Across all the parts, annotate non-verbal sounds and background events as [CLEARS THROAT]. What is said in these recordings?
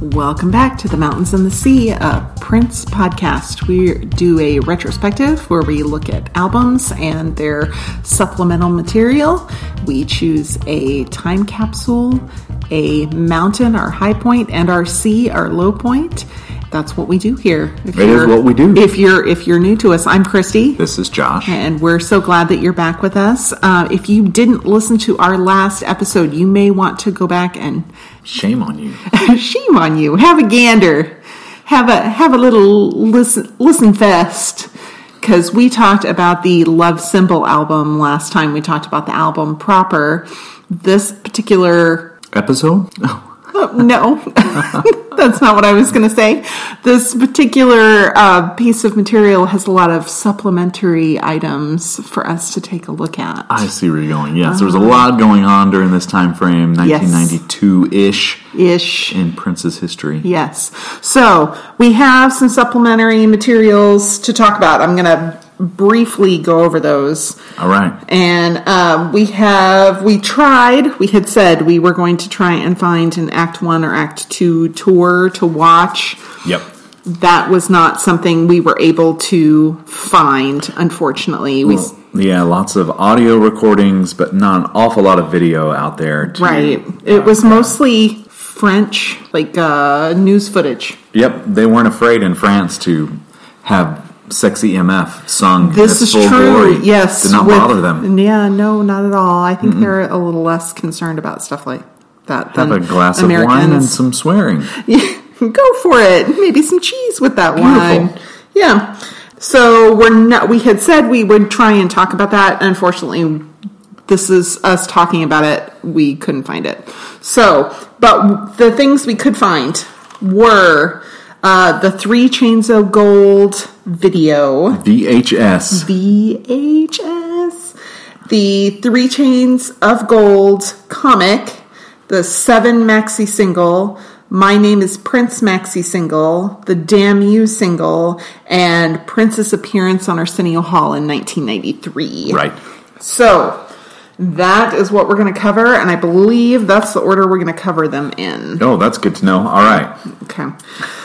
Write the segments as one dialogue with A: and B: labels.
A: Welcome back to the Mountains and the Sea, a Prince podcast. We do a retrospective where we look at albums and their supplemental material. We choose a time capsule, a mountain, our high point, and our sea, our low point. That's what we do here. If
B: It is
A: you're-
B: what we do.
A: If you're if you're new to us, I'm Christy.
B: This is Josh.
A: And we're so glad that you're back with us. Uh, if you didn't listen to our last episode, you may want to go back and
B: Shame
A: [LAUGHS]
B: on you.
A: shame on you. Have a gander. Have a have a little listen listen fest. Because we talked about the Love Symbol album last time. We talked about the album proper. This particular [LAUGHS]
B: Episode?
A: Oh, no, [LAUGHS] that's not what I was going to say. This particular uh, piece of material has a lot of supplementary items for us to take a look at.
B: I see where you're going. Yes, there was a lot going on during this time frame,
A: Uh-huh. Yes.
B: 1992 ish,
A: Ish.
B: in Prince's history.
A: Yes. So we have some supplementary materials to talk about. I'm going to briefly go over those.
B: All right.
A: And um, we have, we tried, we had said we were going to try and find an Act 1 or Act 2 tour to watch.
B: Yep.
A: That was not something we were able to find, unfortunately. We, s-
B: Well, yeah, lots of audio recordings, but not an awful lot of video out there. to-
A: right. It was mostly French, like uh, news footage.
B: Yep, they weren't afraid in France to have sexy MF sung. in
A: This
B: its
A: is
B: full
A: true.
B: glory.
A: Yes,
B: Did not
A: with-
B: bother them.
A: Yeah, no, not at all. I think they're a little less concerned about stuff like that than
B: Have a glass
A: Americans.
B: of wine and some swearing.
A: [LAUGHS] Go for it. Maybe some cheese with that
B: Beautiful.
A: wine. Yeah. So we're not. We had said we would try and talk about that. Unfortunately, this is us talking about it. We couldn't find it. So, but the things we could find were uh, the Three Chains of Gold video.
B: VHS.
A: VHS, the Three Chains of Gold comic, the Seven maxi single, My Name is Prince maxi single, the Damn You single, and Prince's appearance on Arsenio Hall in 1993.
B: Right.
A: So that is what we're going to cover, and I believe that's the order we're going to cover them in.
B: Oh, that's good to know. All right.
A: Okay.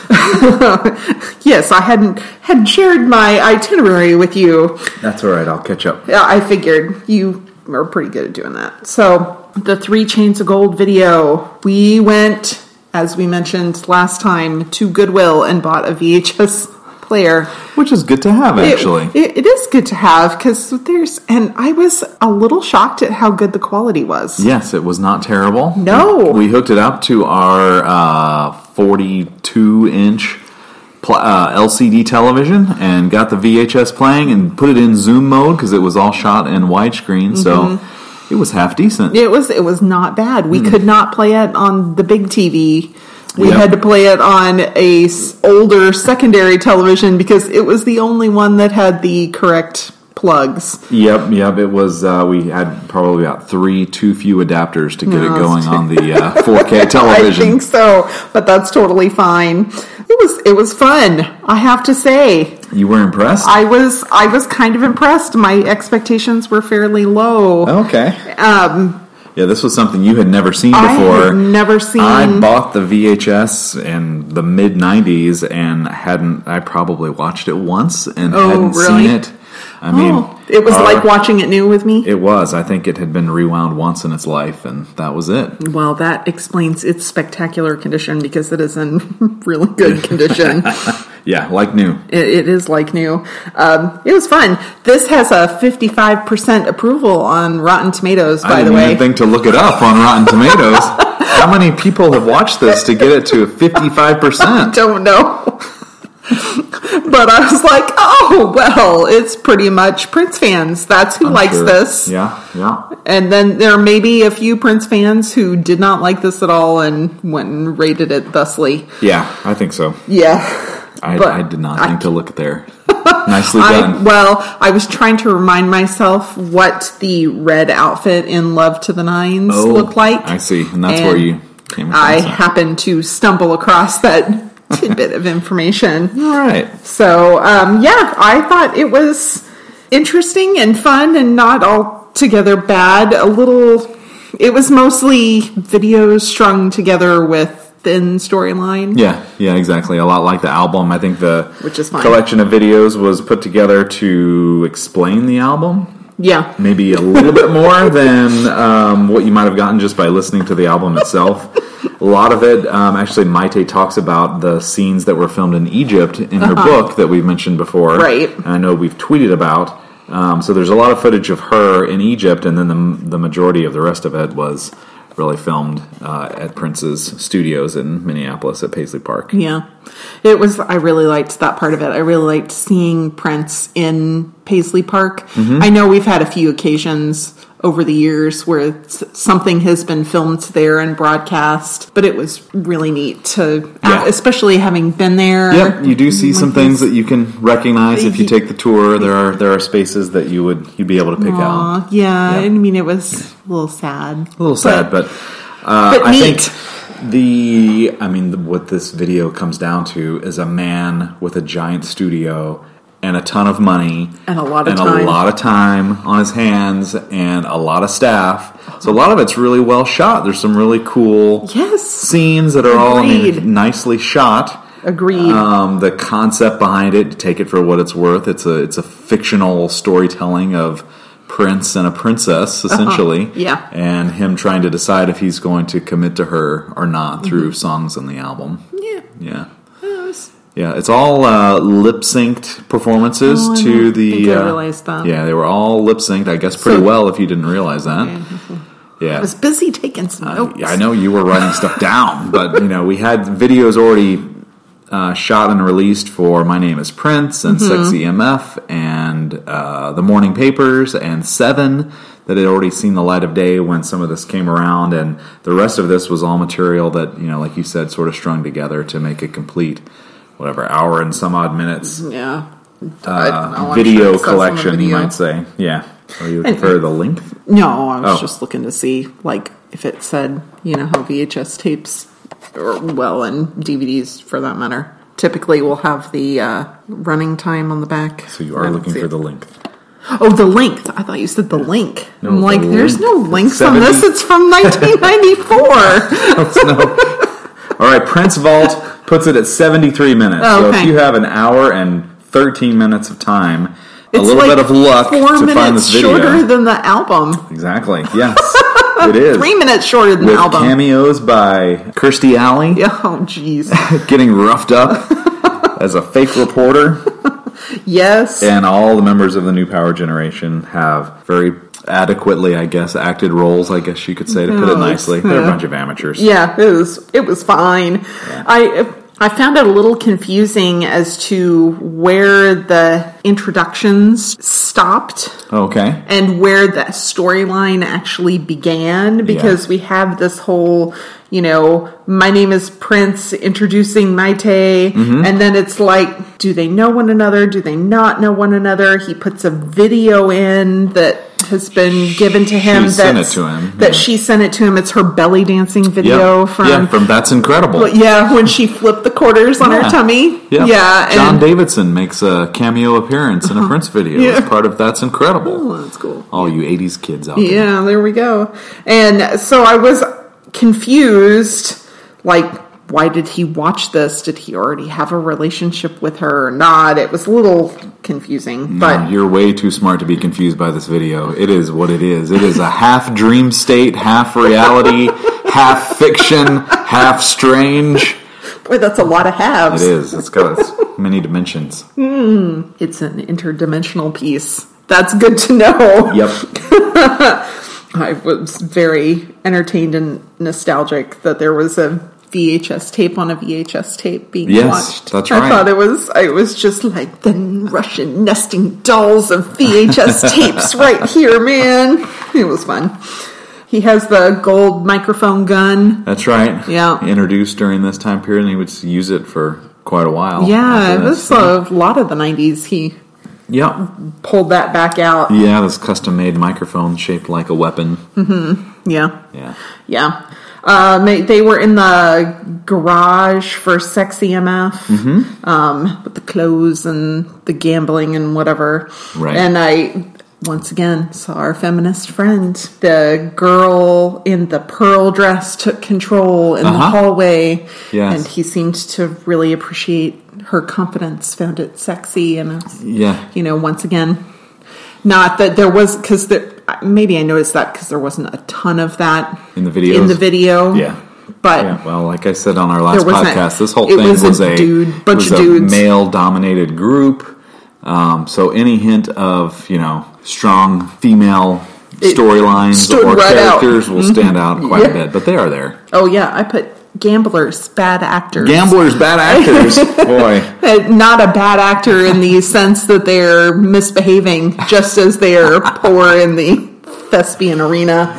A: [LAUGHS] yes, I hadn't had shared my itinerary with you.
B: That's all right. I'll catch up.
A: Yeah, I figured you are pretty good at doing that. So, the Three Chains of Gold video, we went, as we mentioned last time, to Goodwill and bought a VHS player.
B: Which is good to have,
A: It-
B: actually.
A: it- it is good to have because there's, and I was a little shocked at how good the quality was.
B: yes, it was not terrible.
A: No.
B: We, we hooked it up to our uh, 42 inch pl- uh, LCD television and got the VHS playing and put it in zoom mode because it was all shot in widescreen.
A: Mm-hmm.
B: So it was half decent.
A: It was it was not bad. We could not play it on the big TV. We
B: Yep.
A: had to play it on a s- older secondary television because it was the only one that had the correct plugs.
B: Yep, yep. It was, uh, we had probably about three too few adapters to get
A: No,
B: it
A: it's
B: going
A: too- [LAUGHS]
B: on the uh, 4K television.
A: I think so, but that's totally fine. It was it was fun. I have to say,
B: you were impressed?
A: I was I was kind of impressed. My expectations were fairly low.
B: okay.
A: Um,
B: Yeah, this was something you had never seen before.
A: I had never seen.
B: I bought the VHS in the mid '90s and hadn't. I probably watched it once and
A: Oh,
B: hadn't
A: really?
B: seen it. I mean,
A: Oh, it was
B: our-
A: like watching it new with me.
B: It was. I think it had been rewound once in its life, and that was it.
A: Well, that explains its spectacular condition because it is in [LAUGHS] really good condition.
B: [LAUGHS] Yeah, like new.
A: it, it is like new. Um, it was fun. This has a 55% approval on Rotten Tomatoes,
B: I
A: by
B: didn't
A: the way.
B: even think to look it up on Rotten
A: [LAUGHS]
B: Tomatoes. How many people have watched this to get it to
A: [LAUGHS]
B: 55 percent?
A: Don't know. but I was like, oh, well, it's pretty much Prince fans. That's who likes this.
B: Yeah, yeah.
A: And then there may be a few Prince fans who did not like this at all and went and rated it thusly.
B: Yeah, I think so.
A: Yeah.
B: I,
A: But
B: I did not
A: I-
B: think to
A: [LAUGHS]
B: look there. Nicely
A: I,
B: done.
A: well, I was trying to remind myself what the red outfit in Love to the Nines
B: Oh,
A: looked like.
B: I see, and that's where
A: And
B: you came. across
A: I
B: that.
A: happened to stumble across that [LAUGHS] tidbit of information.
B: All right.
A: So, um, yeah, I thought it was interesting and fun and not altogether bad. A little, it was mostly videos strung together with thin storyline.
B: Yeah, yeah, exactly. A lot like the album. I think the
A: Which is fine.
B: collection of videos was put together to explain the album,
A: Yeah.
B: maybe a little bit more than um, what you might have gotten just by listening to the album itself. A lot of it, um, actually, Maite talks about the scenes that were filmed in Egypt in her book that we've mentioned before,
A: Uh-huh. Right.
B: And I know we've tweeted about. Um, so there's a lot of footage of her in Egypt, and then the, the majority of the rest of it was really filmed uh, at Prince's studios in Minneapolis at Paisley Park.
A: Yeah. It was, I really liked that part of it. I really liked seeing Prince in Paisley Park. I know we've had a few occasions over the years where s- something has been filmed there and broadcast, but it was really neat to,
B: Yeah.
A: especially having been there.
B: Yep, you do see some
A: Like
B: things
A: this.
B: that you can recognize if you take the tour. There are there are spaces that you would you'd be able to pick out.
A: Aw, yeah,
B: Yep.
A: I mean, it was a little sad.
B: A little sad, but, uh,
A: But
B: I
A: neat.
B: think the I mean the, what this video comes down to is a man with a giant studio and a ton of money
A: And a lot of
B: and
A: time.
B: a lot of time on his hands and a lot of staff. So a lot of it's really well shot. There's some really cool
A: Yes,
B: scenes that are all I mean,
A: Agreed.
B: nicely shot.
A: agreed.
B: Um, the concept behind it, take it for what it's worth. It's a it's a fictional storytelling of prince and a princess, essentially.
A: Uh-huh. Yeah.
B: and him trying to decide if he's going to commit to her or not through
A: Mm-hmm.
B: songs in the album.
A: yeah,
B: Yeah,
A: it was-
B: yeah. It's all uh, lip synced performances
A: Oh, I
B: to
A: don't
B: the.
A: think I
B: uh,
A: realized that.
B: Yeah, they were all lip synced. I guess pretty
A: So-
B: well if you didn't realize that.
A: I
B: Yeah,
A: was busy taking some notes.
B: uh, yeah, I know you were writing stuff down, but you know we had videos already uh, shot and released for "My Name Is Prince" and
A: Mm-hmm.
B: "Sexy MF" and uh, "The Morning Papers" and Seven that had already seen the light of day when some of this came around, and the rest of this was all material that you know, like you said, sort of strung together to make a complete whatever hour and some odd minutes
A: Yeah.
B: uh, video collection, you might say. Yeah, or you would
A: And-
B: prefer the length.
A: No, I was
B: Oh.
A: just looking to see, like, if it said, you know, how VHS tapes, or well, and DVDs for that matter, typically will have the uh, running time on the back.
B: So you
A: I
B: are
A: don't
B: looking
A: see
B: for
A: it.
B: the length.
A: oh, the length. I thought you said the link.
B: No,
A: I'm
B: the
A: like, there's
B: link.
A: no
B: It's
A: links on this.
B: 70.
A: It's
B: [LAUGHS]
A: from 1994.
B: All right, Prince Vault puts it at 73 minutes.
A: Oh,
B: So if
A: okay.
B: you have an hour and 13 minutes of time, a
A: It's
B: little
A: like
B: bit of luck
A: Four
B: to
A: minutes
B: find this video.
A: shorter than the album.
B: exactly.
A: [LAUGHS]
B: Yes, it is.
A: Three minutes shorter than
B: With
A: the album. [LAUGHS]
B: cameos by Kirstie Alley
A: oh, jeez.
B: getting
A: [LAUGHS]
B: roughed up as a fake reporter,
A: yes.
B: and all the members of the New Power Generation have very adequately, I guess, acted roles. I guess you could say to put it
A: No, it's,
B: nicely. They're a
A: uh,
B: bunch of amateurs.
A: Yeah, it was it was fine. I I found it a little confusing as to where the introductions stopped
B: Okay.
A: and where the storyline actually began because we have this whole you know my name is prince introducing maite
B: Mm-hmm.
A: and then it's like do they know one another do they not know one another he puts a video in that has been given to him
B: She sent
A: that's-
B: it to him,
A: that
B: yeah.
A: she sent it to him it's her belly dancing video
B: yeah.
A: from
B: yeah, from That's Incredible.
A: but yeah, when she flipped the quarters on her tummy.
B: Yeah.
A: Yeah.
B: John
A: and, Uh-huh.
B: Davidson makes a cameo appearance in a Prince video as
A: Yeah.
B: part of That's Incredible.
A: oh, that's cool.
B: All you 80s kids out there.
A: Yeah, there we go. And so I was confused like why did he watch this? Did he already have a relationship with her or not? It was a little confusing,
B: Um,
A: but
B: You're way too smart to be confused by this video. It is what it is. It is a half dream state, half
A: [LAUGHS]
B: reality, half fiction, half strange.
A: boy, that's a lot of
B: It
A: halves.
B: is. It's got its many dimensions.
A: It's an interdimensional piece. That's good to know.
B: Yep.
A: I was very entertained and nostalgic that there was a VHS tape on a VHS tape being
B: Yes,
A: watched.
B: that's
A: I
B: right.
A: thought it was I was just like the Russian nesting dolls of
B: [LAUGHS]
A: VHS tapes right here, man. It was fun. He has the gold microphone gun.
B: That's right.
A: Yeah.
B: Introduced during this time period, and he would use it for quite a while.
A: Yeah, it
B: after
A: was
B: this.
A: a lot of the nineties he
B: Yep.
A: pulled that back out.
B: Yeah, this custom made microphone shaped like a weapon.
A: Yeah.
B: Yeah.
A: Yeah. Um, they, they were in the garage for Sexy MF
B: Mm-hmm.
A: um, with the clothes and the gambling and whatever.
B: Right.
A: And I once again saw our feminist friend. The girl in the pearl dress took control in the
B: Uh-huh.
A: hallway,
B: Yes.
A: and he seemed to really appreciate her confidence. Found it sexy, and I was-
B: Yeah.
A: you know, once again, not that there was because there maybe I noticed that because there wasn't a ton of that
B: In the videos?
A: in the video,
B: Yeah.
A: but.
B: Yeah, well, like I said on our last
A: Uh, There was that-
B: podcast, this whole
A: it
B: thing
A: was
B: was,
A: a
B: a,
A: dude- bunch
B: was
A: of
B: a
A: dudes.
B: male-dominated group. Um, so any hint of you know strong female
A: It
B: storylines
A: stood
B: or
A: right out. Mm-hmm.
B: characters will stand out quite
A: Yeah.
B: a bit, but they are there.
A: Oh yeah, I put gamblers, bad actors.
B: Gamblers,
A: [LAUGHS]
B: bad actors, boy.
A: Uh, not a bad actor in
B: [LAUGHS]
A: the sense that they're misbehaving just as they're poor in the thespian arena.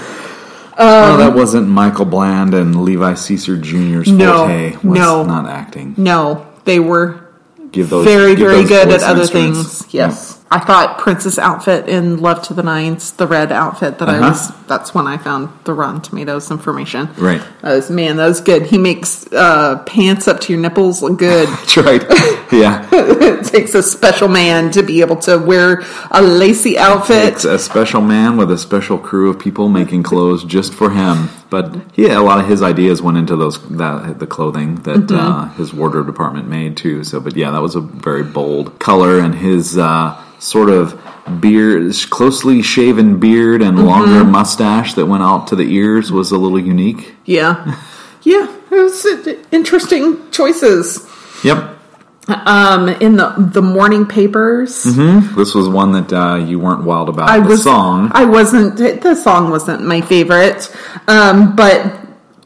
A: Um,
B: no, that wasn't Michael Bland and Levi Caesar Jr.'s
A: No,
B: forte. Was
A: no.
B: not acting.
A: No, they were
B: Give those
A: very,
B: give
A: very
B: those Mm-hmm.
A: good at
B: boys
A: other
B: instruments.
A: things. Yes. I thought Prince's outfit in Love to the Nines, the red outfit that I
B: Uh-huh.
A: was, that's when I found the Rotten Tomatoes information.
B: Right.
A: I was, man, that was good. He makes uh, pants up to your nipples look
B: [LAUGHS]
A: good.
B: [LAUGHS] That's
A: [LAUGHS]
B: right. Yeah,
A: it takes a special man to be able to wear a lacy outfit.
B: it's a special man with a special crew of people making clothes just for him. But yeah, a lot of his ideas went into those that, the clothing that
A: Mm-hmm.
B: uh, his wardrobe department made too. So, but yeah, that was a very bold color and his uh, sort of beard, closely shaven beard and
A: Mm-hmm.
B: longer mustache that went out to the ears was a little unique.
A: Yeah. Yeah. It was uh, interesting choices.
B: Yep.
A: Um, in the the morning papers,
B: Hmm? This was one that uh, you weren't wild about.
A: I
B: the
A: was
B: song.
A: I wasn't the song wasn't my favorite, um, but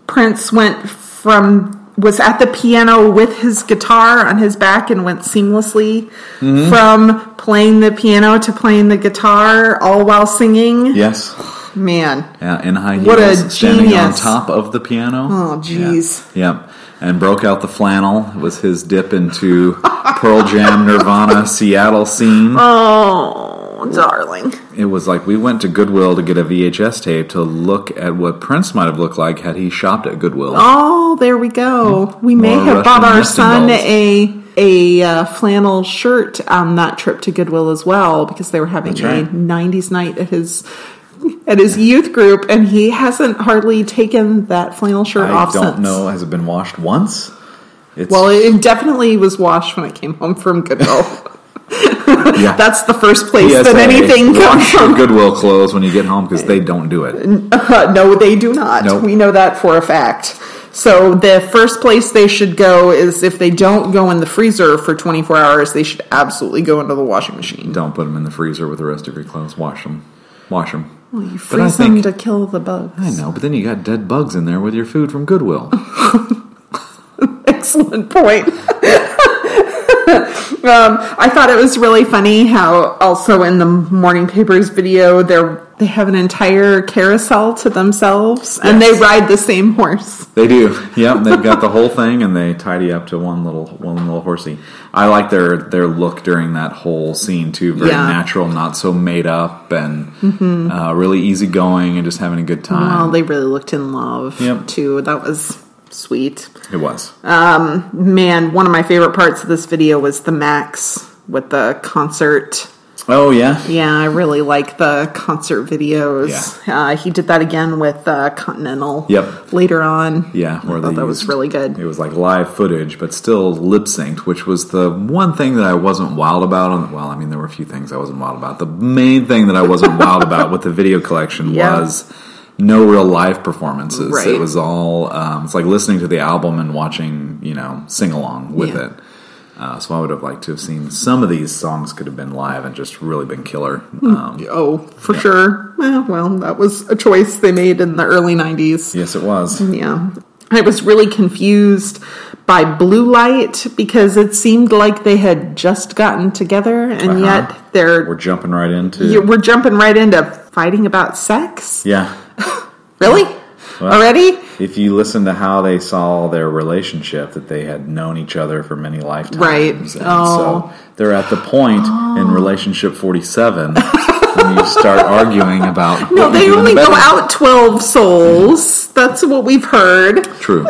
A: Prince went from was at the piano with his guitar on his back and went seamlessly
B: Mm-hmm.
A: from playing the piano to playing the guitar all while singing.
B: yes.
A: Man,
B: Yeah, uh, in high heels,
A: What a
B: standing on
A: genius.
B: top of the piano.
A: Oh, jeez.
B: Yeah. Yep. And broke out the flannel. It was his
A: [LAUGHS]
B: dip into Pearl Jam, Nirvana, Seattle scene.
A: oh, darling.
B: It was like we went to Goodwill to get a VHS tape to look at what Prince might have looked like had he shopped at Goodwill.
A: Oh, there we go. We may
B: More
A: have bought
B: Russian
A: our
B: nesting
A: son
B: dolls.
A: a a uh, flannel shirt on that trip to Goodwill as well because they were having
B: That's
A: a
B: right.
A: '90s night at his at his youth group, and he hasn't hardly taken that flannel shirt
B: I
A: off
B: don't
A: since.
B: know. Has it been washed once? It's,
A: Well, it definitely was washed when it came home from Goodwill.
B: yeah.
A: [LAUGHS] That's the first place that
B: PSA,
A: anything comes
B: wash your
A: from.
B: Goodwill clothes when you get home
A: [LAUGHS]
B: because they don't do it.
A: no, they do not.
B: Nope.
A: We know that for a fact. So the first place they should go is if they don't go in the freezer for 24 hours, they should absolutely go into the washing machine.
B: Don't put them in the freezer with the rest of your clothes. Wash them. Wash them.
A: Well, you
B: But I
A: freeze them
B: think-
A: to kill the bugs.
B: I know, but then you got dead bugs in there with your food from Goodwill.
A: [LAUGHS] Excellent point. [LAUGHS] um, I thought it was really funny how also in the morning papers video they're they have an entire carousel to themselves and they
B: Yes.
A: ride the same horse.
B: they do. Yep, they've got the whole thing and they tidy up to one little one little horsey. I like their their look during that whole scene too. Very
A: Yeah.
B: natural, not so made up, and uh, really easygoing and just having a good
A: Well,
B: time.
A: they really looked in love
B: Yep.
A: too. That was sweet.
B: it was.
A: Man, one of my favorite parts of this video was the Max with the concert.
B: oh yeah,
A: Yeah, I really like the concert videos. Uh, he did that again with uh, Continental.
B: Yep.
A: Later on.
B: Yeah,
A: I thought
B: they
A: that was
B: used-
A: really good.
B: It was like live footage, but still lip synced, which was the one thing that I wasn't wild about. On well, I mean, there were a few things I wasn't wild about. The main thing that I
A: [LAUGHS]
B: wasn't wild about with the video collection
A: Yeah.
B: was no real live performances.
A: Right.
B: It was all um, it's like listening to the album and watching, you know, sing along with
A: Yeah.
B: it. Uh, so I would have liked to have seen some of these songs could have been live and just really been killer. Um,
A: Oh, for sure. Eh, well, that was a choice they made in the early 90s.
B: Yes, it was.
A: Yeah. I was really confused by Blue Light because it seemed like they had just gotten together and
B: Uh-huh.
A: yet they're
B: We're jumping right into
A: You- we're jumping right into fighting about sex.
B: yeah.
A: Really?
B: Well-
A: Already?
B: If you listen to how they saw their relationship, that they had known each other for many lifetimes.
A: Right.
B: And
A: Oh.
B: so they're at the point in relationship 47 when you
A: [LAUGHS]
B: start arguing about.
A: No,
B: what you
A: they
B: do in
A: only
B: the
A: go
B: bedroom.
A: out 12 souls. That's what we've heard.
B: True.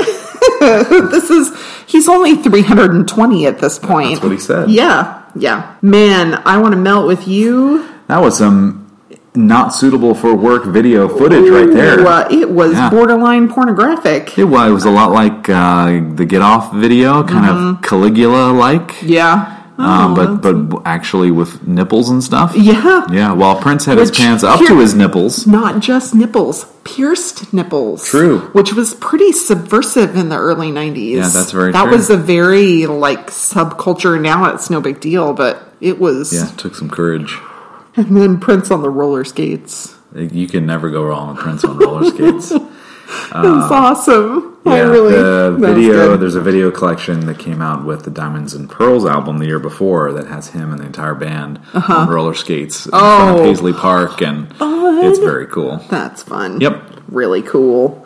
A: This is, he's only 320 at this point.
B: That's what he said.
A: Yeah, yeah. Man, I want to melt with you.
B: That was some not suitable for work video footage right there.
A: Ooh, uh, it was
B: Yeah.
A: borderline pornographic.
B: It was, it was a lot like uh, the Get Off video, kind
A: Mm-hmm.
B: of Caligula like,
A: Yeah.
B: uh, but but actually with nipples and stuff.
A: Oh, Yeah.
B: Yeah, while Prince had his
A: Which-
B: pants up to
A: here-
B: his nipples.
A: Not just nipples, pierced nipples.
B: True.
A: Which was pretty subversive in the early 90s.
B: Yeah, that's very
A: That
B: true.
A: was a very, like, subculture. Now it's no big deal, but it was.
B: Yeah, took some courage.
A: And then Prince on the roller skates.
B: You can never go wrong with Prince on
A: [LAUGHS]
B: roller skates.
A: That was awesome. I
B: Uh, Yeah,
A: really.
B: the
A: that was
B: video.
A: good.
B: There's a video collection that came out with the Diamonds and Pearls album the year before that has him and the entire band on roller skates in front
A: Uh-huh.
B: of
A: Oh.
B: Paisley Park, and it's very cool.
A: That's fun.
B: Yep.
A: Really cool.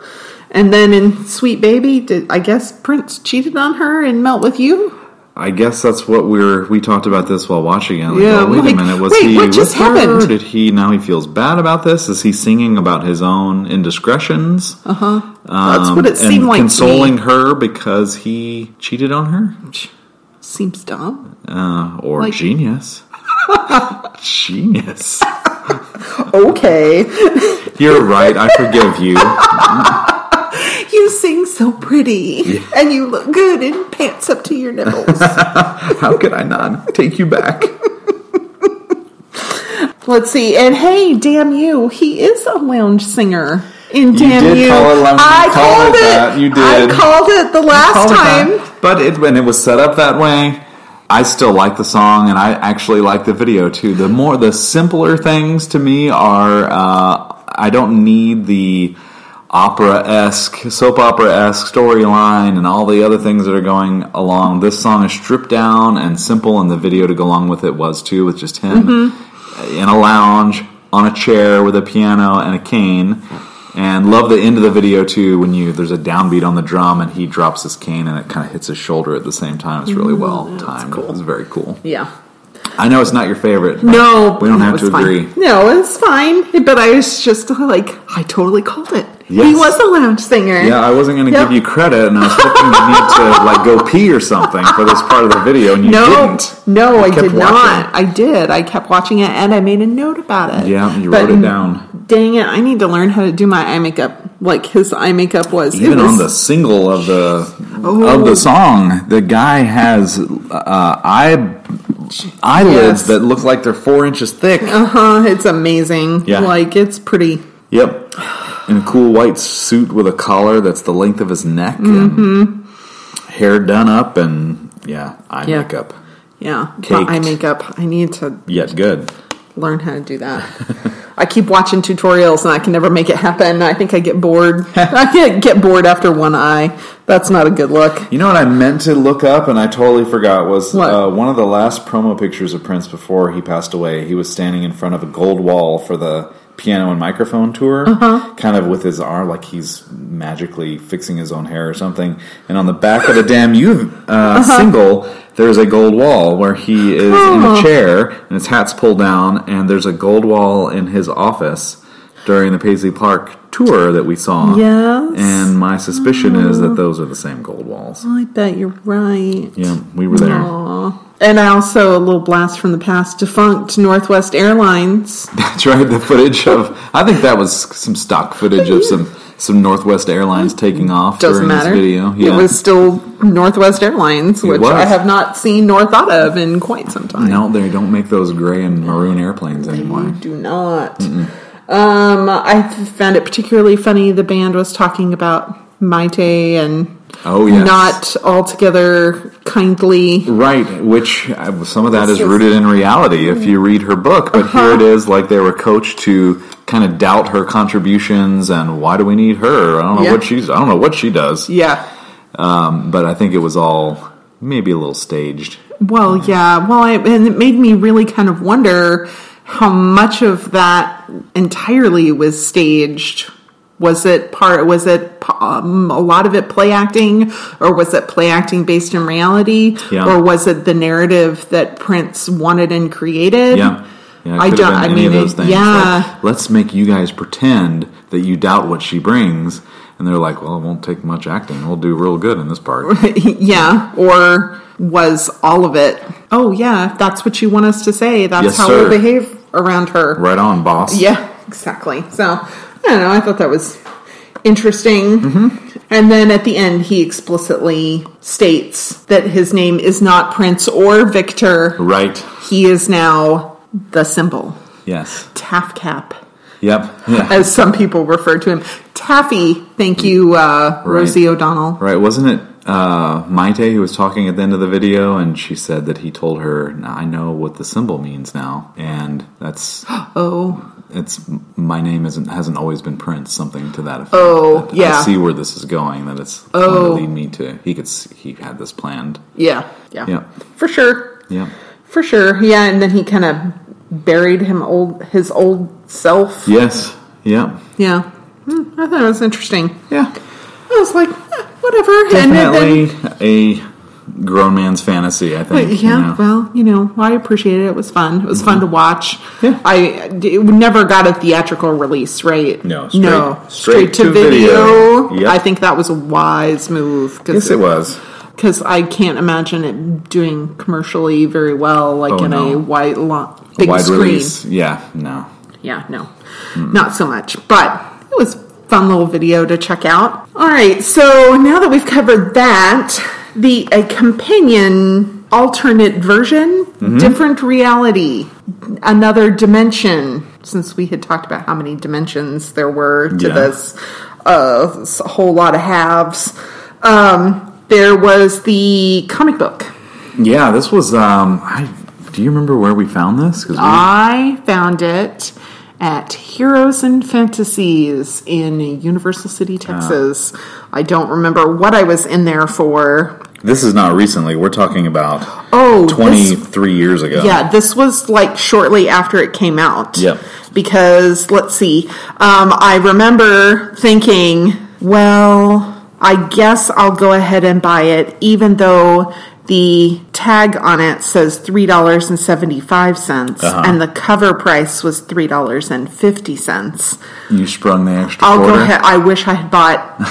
A: And then in Sweet Baby, did I guess Prince cheated on her and melt with you?
B: I guess that's what we are we talked about this while watching it. Like,
A: Yeah,
B: oh, wait
A: like,
B: a minute, was
A: wait,
B: he
A: what just
B: with her?
A: happened?
B: Did he now he feels bad about this? Is he singing about his own indiscretions? Uh huh.
A: Uh-huh, That's what it seemed like to me.
B: Um, Consoling her because he cheated on her,
A: Seems dumb.
B: uh, or
A: Like-
B: genius, [LAUGHS] genius. Oh.
A: Okay. [LAUGHS]
B: You're right. I forgive you.
A: You sing so pretty, and you look good in pants up to your
B: [LAUGHS]
A: nipples.
B: How could I not take you back?
A: Let's see. And hey, damn you, he is a lounge singer. In
B: You
A: damn
B: did
A: you,
B: call it lounge- you
A: I
B: called
A: called
B: it
A: it.
B: that. You did.
A: I called it the last time.
B: But it, when it was set up that way, I still like the song, and I actually like the video too. The more the simpler things to me are, uh, I don't need the opera esque, soap opera esque storyline and all the other things that are going along. This song is stripped down and simple, and the video to go along with it was too, with just him in a lounge on a chair with a piano and a cane. And love the end of the video too when you there's a downbeat on the drum and he drops his cane and it kind of hits his shoulder at the same time. It's really well timed. It's very Mm, cool.
A: Yeah.
B: I know it's not your favorite. but
A: No,
B: we don't
A: no,
B: have
A: it's
B: to
A: fine.
B: agree.
A: No, it's fine. But I was just like, I totally called it. He
B: Yes.
A: was a lounge singer.
B: Yeah, I wasn't going to
A: Yep.
B: give you credit, and I was hoping you need to like go pee or something for this part of the video, and you
A: No,
B: didn't.
A: no, I
B: kept
A: did not.
B: watching.
A: I did. I kept watching it, and I made a note about it.
B: Yeah, you
A: But
B: wrote it down.
A: Dang it! I need to learn how to do my eye makeup like his eye makeup was. It
B: Even
A: was-
B: on the single of the of the song, the guy has uh, eye eyelids
A: Yes.
B: that look like they're four inches thick.
A: uh-huh, [LAUGHS] it's amazing.
B: Yeah.
A: like it's pretty.
B: Yep, in a cool white suit with a collar that's the length of his neck, and hair done up, and yeah, eye
A: Yeah.
B: makeup.
A: Yeah, but
B: Caked.
A: eye makeup. I need to
B: Yet good.
A: learn how to do that. [LAUGHS] I keep watching tutorials and I can never make it happen. I think I get bored. [LAUGHS] I get get bored after one eye. That's not a good look.
B: You know what I meant to look up and I totally forgot was
A: What?
B: Uh, one of the last promo pictures of Prince before he passed away. He was standing in front of a gold wall for the piano and microphone tour, kind of with his arm like he's magically fixing his own hair or something. And on the back of the damn you uh, single, there's a gold wall where he is in
A: Cool.
B: a chair and his hat's pulled down, and there's a gold wall in his office during the Paisley Park tour that we saw.
A: Yes.
B: And my suspicion is
A: Oh.
B: that those are the same gold walls.
A: I bet you're right.
B: Yeah, we were there. [LAUGHS]
A: Aw. And also a little blast from the past. Defunct Northwest
B: [LAUGHS]
A: Airlines.
B: That's right. The footage of I think that was some stock footage of some some Northwest Airlines taking off
A: Doesn't
B: during
A: matter.
B: this video. Yeah,
A: It was still Northwest Airlines, which
B: was.
A: I have not seen nor thought of in quite some time.
B: no, they don't make those gray and maroon airplanes anymore.
A: do not. Um, I th- found it particularly funny. The band was talking about Maite and
B: Oh, yes.
A: not altogether kindly.
B: Right, which uh, some of that
A: This
B: is
A: is-
B: rooted in reality if you read her book. But here
A: Uh-huh.
B: it is, like they were coached to kind of doubt her contributions and why do we need her? I don't know
A: Yeah.
B: what she's. I don't know what she does.
A: Yeah.
B: Um, but I think it was all maybe a little staged.
A: Well,
B: Mm.
A: yeah. Well, I, and it made me really kind of wonder how much of that entirely was staged. Was it part? Was it um, a lot of it play acting, or was it play acting based in reality,
B: Yeah.
A: or was it the narrative that Prince wanted and created?
B: Yeah. Yeah, it
A: I
B: could have
A: don't. I
B: been
A: mean, it- yeah.
B: Like, let's make you guys pretend that you doubt what she brings, and they're like, "Well, it won't take much acting. We'll do real good in
A: [LAUGHS]
B: this part."
A: yeah, or was all of it? Oh yeah, if that's what you want us to say. That's
B: Yes,
A: how
B: sir.
A: we'll behave around her.
B: Right on, boss.
A: Yeah, exactly. So I don't know. I thought that was interesting.
B: Mm-hmm.
A: And then at the end, he explicitly states that his name is not Prince or Victor.
B: Right.
A: He is now the symbol
B: Yes.
A: Tafcap,
B: Yep. Yeah.
A: as some people refer to him. Taffy. Thank you, uh, Rosie O'Donnell.
B: Right, wasn't it uh, Maite who was talking at the end of the video, and she said that he told her, "Nah, "I know what the symbol means now," and that's [GASPS]
A: Oh,
B: it's my name isn't hasn't always been Prince, something to that effect.
A: Oh,
B: That
A: yeah.
B: I see where this is going. That it's
A: Oh.
B: going to lead me to. He could. s- He had this planned.
A: yeah, yeah,
B: Yeah.
A: for sure.
B: Yeah,
A: For sure, yeah, and then he kind of buried him old his old self.
B: yes, yeah,
A: Yeah, Hmm, I thought it was interesting.
B: yeah.
A: I was like, eh, whatever. And
B: Definitely a grown man's fantasy. I
A: then,
B: think.
A: yeah,
B: you know.
A: well, you know, I appreciated it. It was fun. It was fun to watch.
B: Yeah.
A: I it never got a theatrical release, right?
B: No, straight-
A: no,
B: straight
A: to,
B: to
A: video.
B: video. Yep.
A: I think that was a wise move. Cause
B: yes, it was.
A: because I can't imagine it doing commercially very well, like
B: Oh,
A: in
B: no.
A: a wide, lo- big
B: Wide
A: screen.
B: release. Yeah, no.
A: Yeah, no, not so much. But it was a fun little video to check out. All right, so now that we've covered that, the a companion alternate version, different reality, another dimension. Since we had talked about how many dimensions there were to
B: Yeah.
A: this, uh, s- a whole lot of halves. Um, there was the comic book.
B: Yeah, this was. Um, I do you remember where we found this? 'Cause we-
A: I found it at Heroes and Fantasies in Universal City, Texas. I don't remember what I was in there for.
B: this is not recently. We're talking about
A: Oh,
B: twenty
A: This,
B: three years ago.
A: yeah, this was like shortly after it came out.
B: Yep.
A: Because let's see, um, I remember thinking, well, I guess I'll go ahead and buy it, even though. The tag on it says three dollars and
B: Uh-huh.
A: and the cover price was three dollars and fifty cents.
B: you sprung the extra
A: I'll
B: quarter.
A: go ahead. I wish I had bought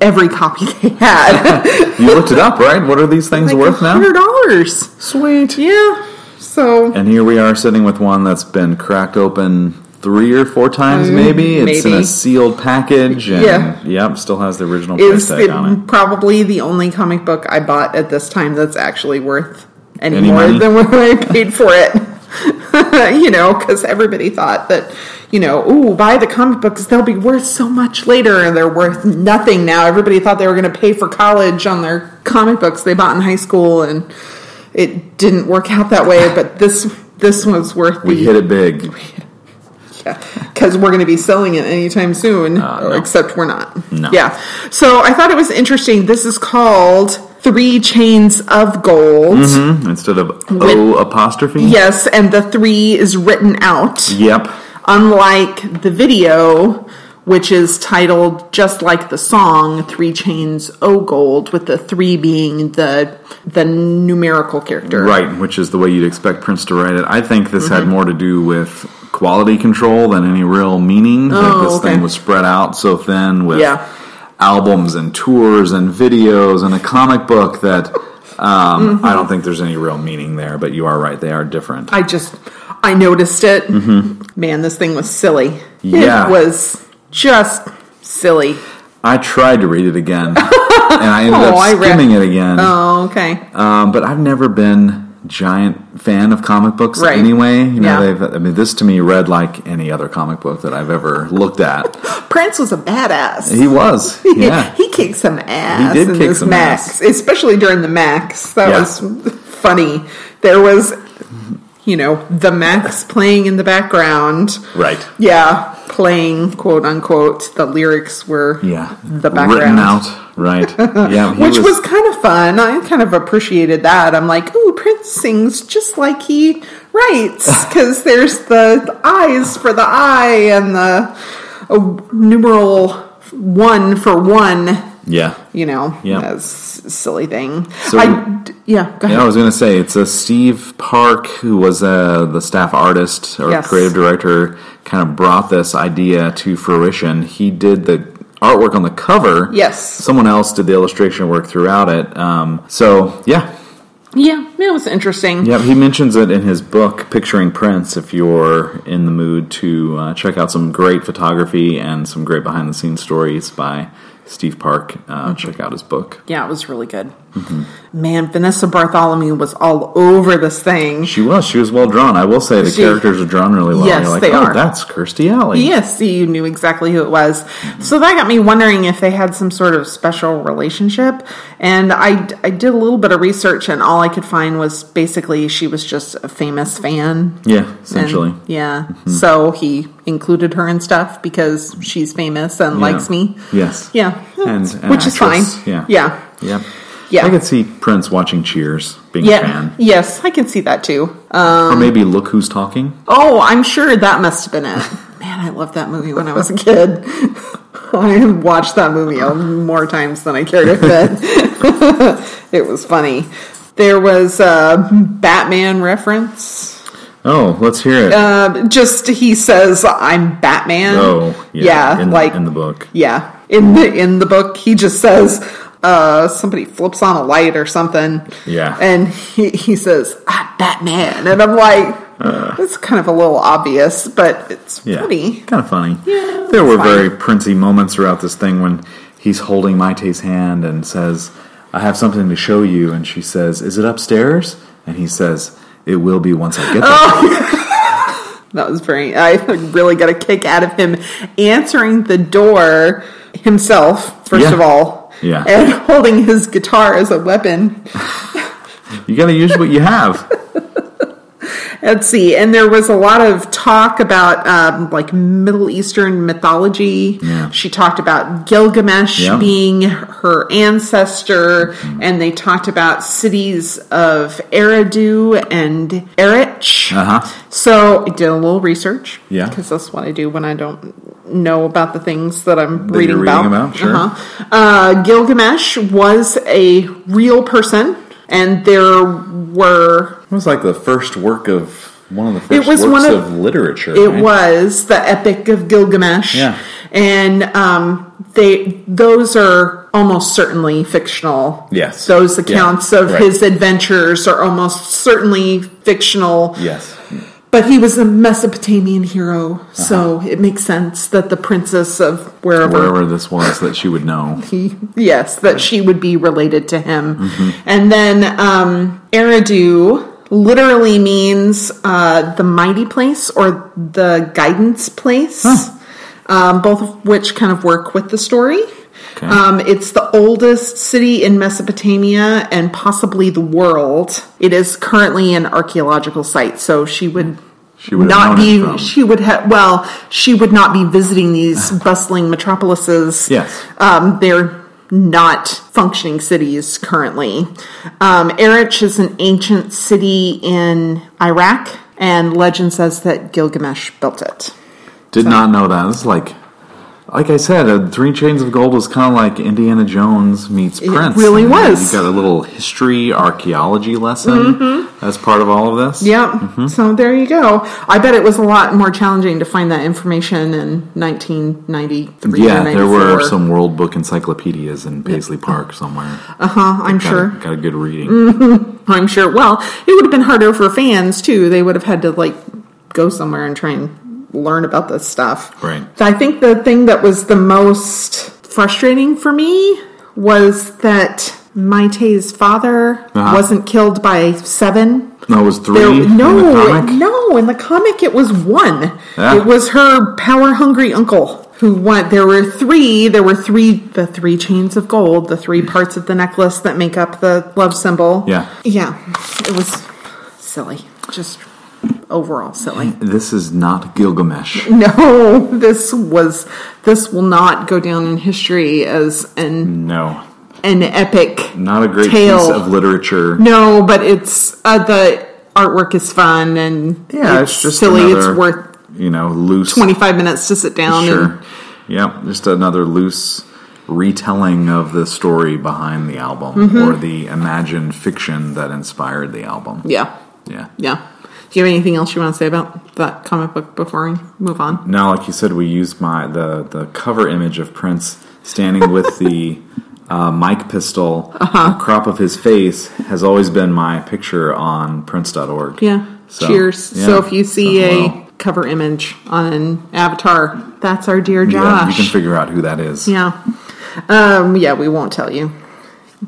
A: every copy they
B: [LAUGHS]
A: had.
B: You looked it up, right? What are these things worth now?
A: hundred dollars.
B: [LAUGHS] Sweet.
A: Yeah. So
B: And here we are sitting with one that's been cracked open three or four times, maybe. It's
A: Mm-hmm.
B: in
A: maybe.
B: a sealed package, and
A: Yeah.
B: yep, still has the original price
A: is
B: tag on
A: the,
B: it.
A: probably the only comic book I bought at this time that's actually worth any,
B: Any
A: more
B: money?
A: than what I paid for it. [LAUGHS] you know, because everybody thought that, you know, ooh, buy the comic books, they'll be worth so much later, and they're worth nothing now. Everybody thought they were going to pay for college on their comic books they bought in high school, and it didn't work out that way, but this. This one's worth
B: We
A: the
B: hit it big.
A: [LAUGHS] because we're going to be selling it anytime soon,
B: Uh, no.
A: except we're not.
B: No.
A: Yeah. So I thought it was interesting. This is called Three Chains of Gold.
B: Hmm, Instead of O apostrophe?
A: Yes, and the three is written out,
B: Yep.
A: unlike the video, which is titled just like the song Three Chains O Gold, with the three being the the numerical character.
B: Right, which is the way you'd expect Prince to write it. I think this
A: Mm-hmm.
B: had more to do with quality control than any real meaning.
A: Oh,
B: like this
A: okay.
B: thing was spread out so thin with
A: Yeah.
B: albums and tours and videos and a comic book
A: [LAUGHS]
B: that um,
A: Mm-hmm.
B: I don't think there's any real meaning there. But you are right; they are different.
A: I just I noticed it. Man, this thing was silly.
B: Mm-hmm. Yeah.
A: It was just silly.
B: I tried to read
A: [LAUGHS]
B: it again, and I ended
A: Oh, I
B: up
A: read-
B: skimming it again.
A: Oh, okay.
B: Um, but I've never been giant fan of comic books
A: Right.
B: anyway. You know,
A: Yeah.
B: they've, I mean, this to me read like any other comic book that I've ever looked at.
A: Prince was a badass.
B: He
A: [LAUGHS]
B: was, yeah.
A: he kicked some ass
B: He did
A: in
B: kick
A: this
B: some
A: Max, especially during the Max. That
B: Yeah.
A: was funny. There was, you know, the Max playing in the background.
B: Right.
A: Yeah, playing quote unquote. The lyrics were
B: Yeah.
A: the
B: Written
A: background.
B: out.
A: [LAUGHS]
B: Right. Yeah. he
A: Which was, kind of fun. I kind of appreciated that. I'm like, ooh, Prince sings just like he writes because there's the, the eyes for the eye and the uh, numeral one for one.
B: Yeah.
A: You know,
B: Yeah.
A: that's a silly thing.
B: So-
A: I d yeah, go ahead.
B: Yeah, I was going to say it's a Steve Park who was uh, the staff artist or
A: Yes.
B: creative director, kind of brought this idea to fruition. He did the artwork on the cover.
A: Yes.
B: someone else did the illustration work throughout it. Um, so yeah,
A: Yeah, it was interesting.
B: Yep, he mentions it in his book, Picturing Prince, if you're in the mood to uh, check out some great photography and some great behind the scenes stories by Steve Park.
A: Mm-hmm.
B: Uh, Check out his book.
A: Yeah, it was really good. Man, Vanessa Bartholomew was all over this thing.
B: She was. She was well drawn. I will say the
A: She-
B: characters are drawn really well.
A: Yes,
B: You're like,
A: they
B: oh,
A: are.
B: that's Kirstie Alley.
A: Yes, you knew exactly who it was. So that got me wondering if they had some sort of special relationship. And I, I did a little bit of research, and all I could find was basically she was just a famous fan.
B: Yeah, essentially. Mm-hmm.
A: And, yeah. So he included her and stuff because she's famous and
B: Yeah.
A: likes me.
B: Yes.
A: Yeah.
B: And an
A: Which is fine.
B: actress. Yeah.
A: Yeah.
B: Yep.
A: Yeah.
B: I could see Prince watching Cheers, being a
A: Yeah. um,
B: fan.
A: Yes, I can see that too.
B: or maybe Look Who's Talking.
A: Oh, I'm sure that must have been it. Man, I loved that movie when I was a kid. [LAUGHS] I watched that movie a- more times than I cared to fit. it [LAUGHS] was funny. There was a Batman reference.
B: Oh, let's hear it.
A: Uh, just he says, "I'm Batman."
B: oh, yeah.
A: yeah,
B: in,
A: like
B: in the book.
A: yeah, in the in the book, he just says uh, somebody flips on a light or something.
B: Yeah.
A: and he he says ah, Batman, and I'm like, it's kind of a little obvious, but it's
B: Uh. Yeah.
A: funny.
B: Kind of funny.
A: Yeah,
B: There were
A: it's fine.
B: very princey moments throughout this thing when he's holding Maite's hand and says, I have something to show you. And she says, Is it upstairs? And he says, It will be once I get there.
A: That was very. I really got a kick out of him answering the door himself. First
B: Yeah.
A: of all,
B: Yeah.
A: and [LAUGHS] holding his guitar as a weapon. Oh.
B: You got to use what
A: [LAUGHS]
B: you have.
A: Let's see. And there was a lot of talk about um, like Middle Eastern mythology.
B: Yeah.
A: She talked about Gilgamesh
B: Yeah. Mm-hmm.
A: being her ancestor, and they talked about cities of Eridu and Erich.
B: Uh-huh.
A: So I did a little research.
B: Yeah.
A: Because that's what I do when I don't know about the things that I'm
B: That
A: reading,
B: you're reading about, sure.
A: Uh-huh. Uh, Gilgamesh was a real person, and there were
B: It was like the first work of one of the
A: It
B: first
A: was
B: works
A: one
B: of,
A: of-
B: literature.
A: It
B: right?
A: was the Epic of Gilgamesh.
B: Yeah.
A: And um, they those are almost certainly fictional.
B: Yes.
A: Those accounts
B: Yeah,
A: of
B: right.
A: his adventures are almost certainly fictional.
B: Yes.
A: But he was a Mesopotamian hero, so it makes sense that the princess of wherever
B: Uh-huh. Wherever this was that she would know.
A: he, yes, that she would be related to him. And then um, Eridu literally means uh, the mighty place or the guidance place, um, both of which kind of work with the story.
B: Okay.
A: Um, it's the oldest city in Mesopotamia and possibly the world. It is currently an archaeological site, so she would.
B: She would have
A: not
B: known it
A: be.
B: from-
A: She would have. Well, she would not be visiting these bustling metropolises
B: Ah. Yes.
A: um, they're not functioning cities currently. Um, Erich is an ancient city in Iraq, and legend says that Gilgamesh built it.
B: Did not know that. It's like, like I said, uh, Three Chains of Gold was kind of like Indiana Jones meets Prince.
A: really
B: And
A: was.
B: You got a little history, archaeology lesson
A: Mm-hmm.
B: as part of all of this.
A: Yep.
B: Mm-hmm.
A: So there you go. I bet it was a lot more challenging to find that information in 1993.
B: Yeah,
A: or
B: there were
A: 94.
B: some World Book encyclopedias in Paisley Park somewhere.
A: Uh-huh, I'm
B: Got a-
A: sure. Mm.
B: got a good reading.
A: I'm sure. Well, it would have been harder for fans too. They would have had to like go somewhere and try and learn about this stuff.
B: Right.
A: I think the thing that was the most frustrating for me was that Maite's father
B: Uh-huh.
A: wasn't killed by seven.
B: No, it was three
A: There, no,
B: in the comic.
A: no. In the comic, it was one.
B: Yeah.
A: It was her power-hungry uncle who won. There were three. There were three. The three chains of gold. The three parts of the necklace that make up the love symbol.
B: Yeah.
A: yeah. It was silly. Just overall
B: [LAUGHS]
A: silly.
B: This is not Gilgamesh.
A: No, this was. This will not go down in history as an
B: No,
A: an epic.
B: not a great
A: Tale.
B: piece of literature.
A: No, but it's uh, the artwork is fun and
B: yeah, it's, just
A: silly.
B: another,
A: it's worth
B: you know loose
A: 25 minutes to sit down
B: Sure.
A: and
B: Yep, just another loose retelling of the story behind the album
A: Mm-hmm.
B: or the imagined fiction that inspired the album.
A: yeah
B: Yeah.
A: yeah do you have anything else you want to say about that comic book before we move on [LAUGHS]
B: Now, like you said, we used my the the cover image of Prince standing with the uh, Mike Pistol,
A: Uh-huh.
B: the crop of his face, has always been my picture on Prince.org.
A: Yeah.
B: So,
A: Cheers.
B: yeah.
A: So if you see
B: So,
A: a
B: well,
A: cover image on Avatar, that's our dear
B: yeah, you
A: Josh.
B: can figure out who that is.
A: Yeah. Um, yeah, we won't tell you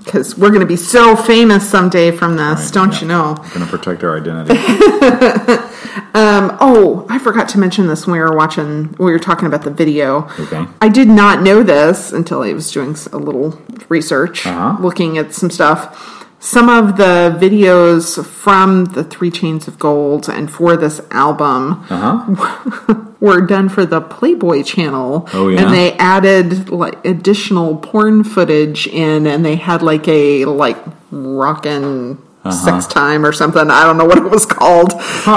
A: because we're going to be so famous someday from this,
B: Right,
A: don't
B: yeah.
A: you know?
B: We're gonna protect our identity.
A: Oh, I forgot to mention this when we were watching, when we were talking about the video.
B: Okay.
A: I did not know this until I was doing s- a little research,
B: Uh-huh.
A: looking at some stuff. Some of the videos from the Three Chains of Gold and for this album [LAUGHS]
B: Uh huh.
A: were done for the Playboy channel.
B: Oh, yeah?
A: And they added like additional porn footage in and they had like a like rockin'
B: Uh-huh.
A: sex time or something. I don't know what it was called.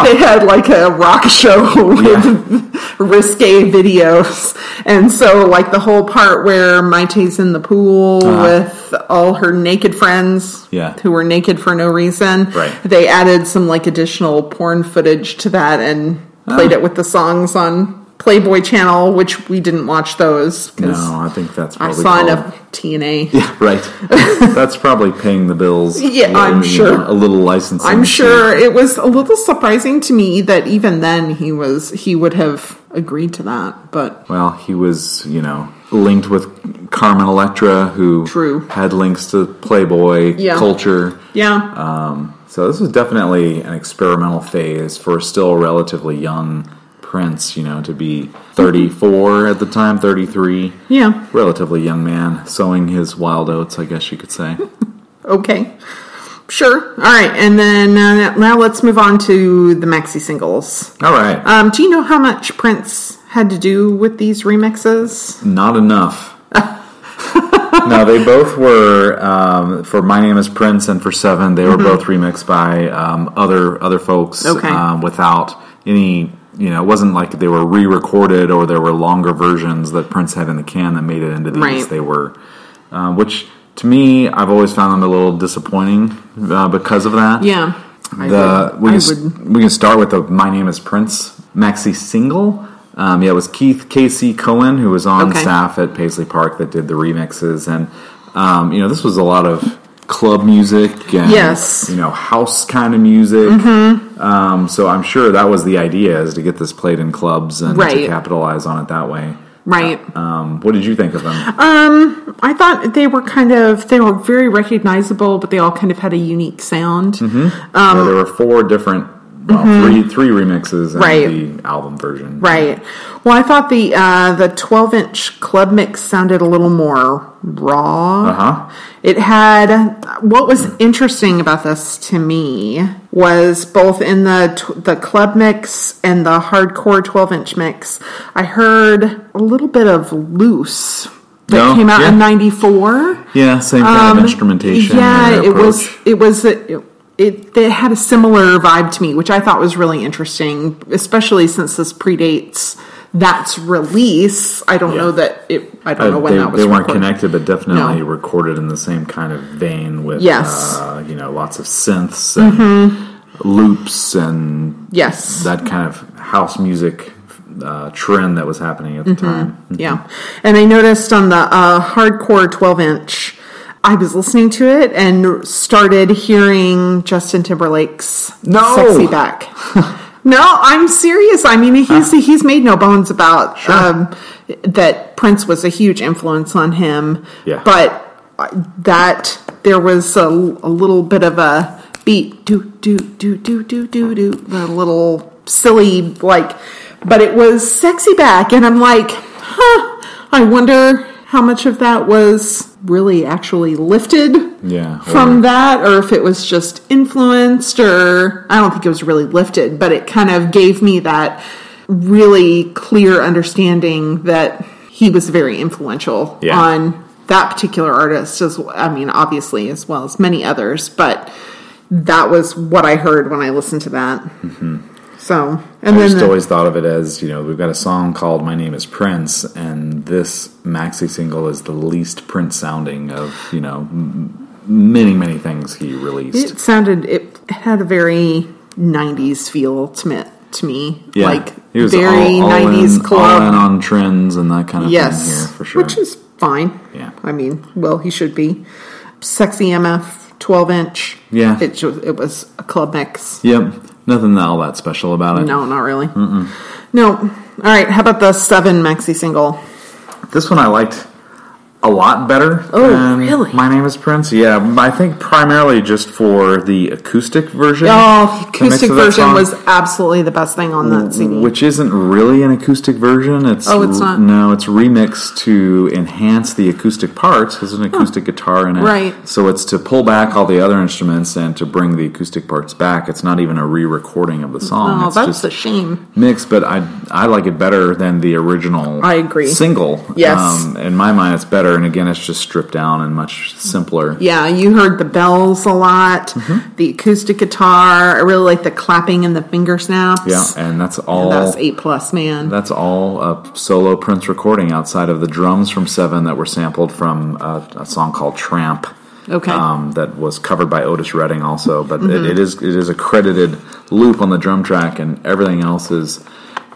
A: They had like a rock show [LAUGHS] with risque videos. And so like the whole part where Maite's in the pool with all her naked friends
B: Uh-huh. Yeah.
A: who were naked for no reason.
B: Right.
A: They added some like additional porn footage to that and played
B: Oh.
A: it with the songs on Playboy Channel, which we didn't watch those because
B: No, I think that's
A: I
B: probably
A: saw
B: called-
A: enough TNA.
B: [LAUGHS] Yeah,
A: [LAUGHS]
B: right. That's probably paying the bills.
A: Yeah, I'm
B: you
A: sure.
B: a little licensing.
A: I'm
B: fee.
A: sure it was a little surprising to me that even then he was he would have agreed to that, but
B: Well, he was, you know, linked with Carmen Electra, who
A: True.
B: had links to Playboy
A: Yeah.
B: culture.
A: yeah,
B: Um, so this was definitely an experimental phase for a still relatively young Prince, you know, to be 34 at the time, 33.
A: yeah,
B: Relatively young man, sowing his wild oats, I guess you could
A: [LAUGHS]
B: say.
A: okay, sure, all right, and then uh, now let's move on to the maxi singles.
B: All right.
A: Um, do you know how much Prince had to do with these remixes?
B: Not
A: [LAUGHS]
B: enough. no, they both were um, for "My Name Is Prince" and for Seven. They were both remixed by um, other other folks
A: Mm-hmm. Okay.
B: um, without any. You know, it wasn't like they were re-recorded or there were longer versions that Prince had in the can that made it into these.
A: Right.
B: They were, um, which to me, I've always found them a little disappointing uh, because of that.
A: Yeah. I
B: The
A: would-
B: we
A: I
B: can, s-
A: would-
B: we can start with the "My Name Is Prince" maxi single. Um, yeah, it was Keith Casey Cohen who was on
A: Okay.
B: staff at Paisley Park that did the remixes, and um, you know this was a lot of club music and
A: Yes. Mm-hmm.
B: you know house kind of music. Um, so I'm sure that was the idea is to get this played in clubs and to
A: Right.
B: capitalize on it that way.
A: Right.
B: Um, what did you think of them?
A: I thought they were kind of they were very recognizable, but they all kind of had a unique sound.
B: Mm-hmm.
A: Um,
B: Yeah, there were four different, well, three three remixes
A: mm-hmm.
B: and
A: Right.
B: the album version.
A: Right. Well, I thought the uh, the twelve inch club mix sounded a little more raw.
B: Uh-huh.
A: It had what was interesting about this to me was both in the tw- the club mix and the hardcore twelve inch mix. I heard a little bit of loose that
B: No,
A: came out in
B: yeah.
A: '94.
B: Yeah, same kind of instrumentation.
A: Um, Yeah,
B: and
A: it was.
B: approach.
A: It was. It, it, it had a similar vibe to me, which I thought was really interesting, especially since this predates that's release. I don't
B: Yeah.
A: know that it. I don't
B: Uh,
A: know when
B: they,
A: that was.
B: they weren't
A: recorded.
B: connected, but definitely
A: No.
B: recorded in the same kind of vein with,
A: Yes. Mm-hmm.
B: uh, you know, lots of synths and loops and
A: Yes.
B: that kind of house music uh, trend that was happening at the
A: Mm-hmm.
B: time.
A: Yeah. And I noticed on the uh, hardcore 12 inch, I was listening to it and started hearing Justin Timberlake's
B: No!
A: sexy back. no, I'm serious. I mean, he's he's made no bones about um, that Prince was a huge influence on him.
B: Yeah.
A: But uh, that there was a, a little bit of a beat do do do do do do do a little silly like but it was sexy back and i'm like huh i wonder how much of that was really actually lifted
B: Yeah,
A: from
B: or-
A: that or if it was just influenced or i don't think it was really lifted but it kind of gave me that really clear understanding that he was very influential
B: Yeah.
A: on that particular artist as i mean obviously as well as many others but that was what i heard when i listened to that so and
B: Mm-hmm. I
A: then
B: just
A: the-
B: always thought of it as, you know, we've got a song called My Name is Prince, and this maxi single is the least Prince sounding of, you know, m- many, many things he released.
A: It sounded it had a very '90s feel to me. To me, like
B: he was
A: very
B: all- all in-
A: '90s
B: all in
A: club.
B: on trends and that kind of
A: yes,
B: thing here for sure.
A: which is fine.
B: Yeah.
A: I mean, well, he should be. Sexy MF, 12 inch.
B: Yeah.
A: It, ju- it was a Club Mix.
B: Yep. Nothing all that special about it.
A: No, not really. No. All right. How about the seven maxi single?
B: This one I liked a lot better.
A: Oh,
B: than
A: really?
B: My name is Prince. Yeah, I think primarily just for the acoustic version.
A: Oh, the
B: The mix
A: acoustic
B: of that
A: version
B: song,
A: was absolutely the best thing on that CD.
B: which isn't really an acoustic version. It's
A: Oh, it's not?
B: No, it's remixed to enhance the acoustic parts. There's an acoustic guitar in it,
A: Right.
B: So it's to pull back all the other instruments and to bring the acoustic parts back. It's not even a re-recording of the song.
A: oh,
B: it's
A: that's
B: just
A: a shame.
B: mix, but I I like it better than the original.
A: I agree.
B: Single, Um,
A: Yes.
B: in my mind, it's better, and again, it's just stripped down and much simpler.
A: Yeah, you heard the bells a lot,
B: Mm-hmm.
A: the acoustic guitar. I really like the clapping and the finger snaps.
B: Yeah, and that's all.
A: And that was eight plus, man.
B: that's all a solo Prince recording outside of the drums from Seven that were sampled from a, a song called Tramp.
A: Okay. Mm-hmm.
B: Um, that was covered by Otis Redding also, but it, it is it is a credited loop on the drum track, and everything else is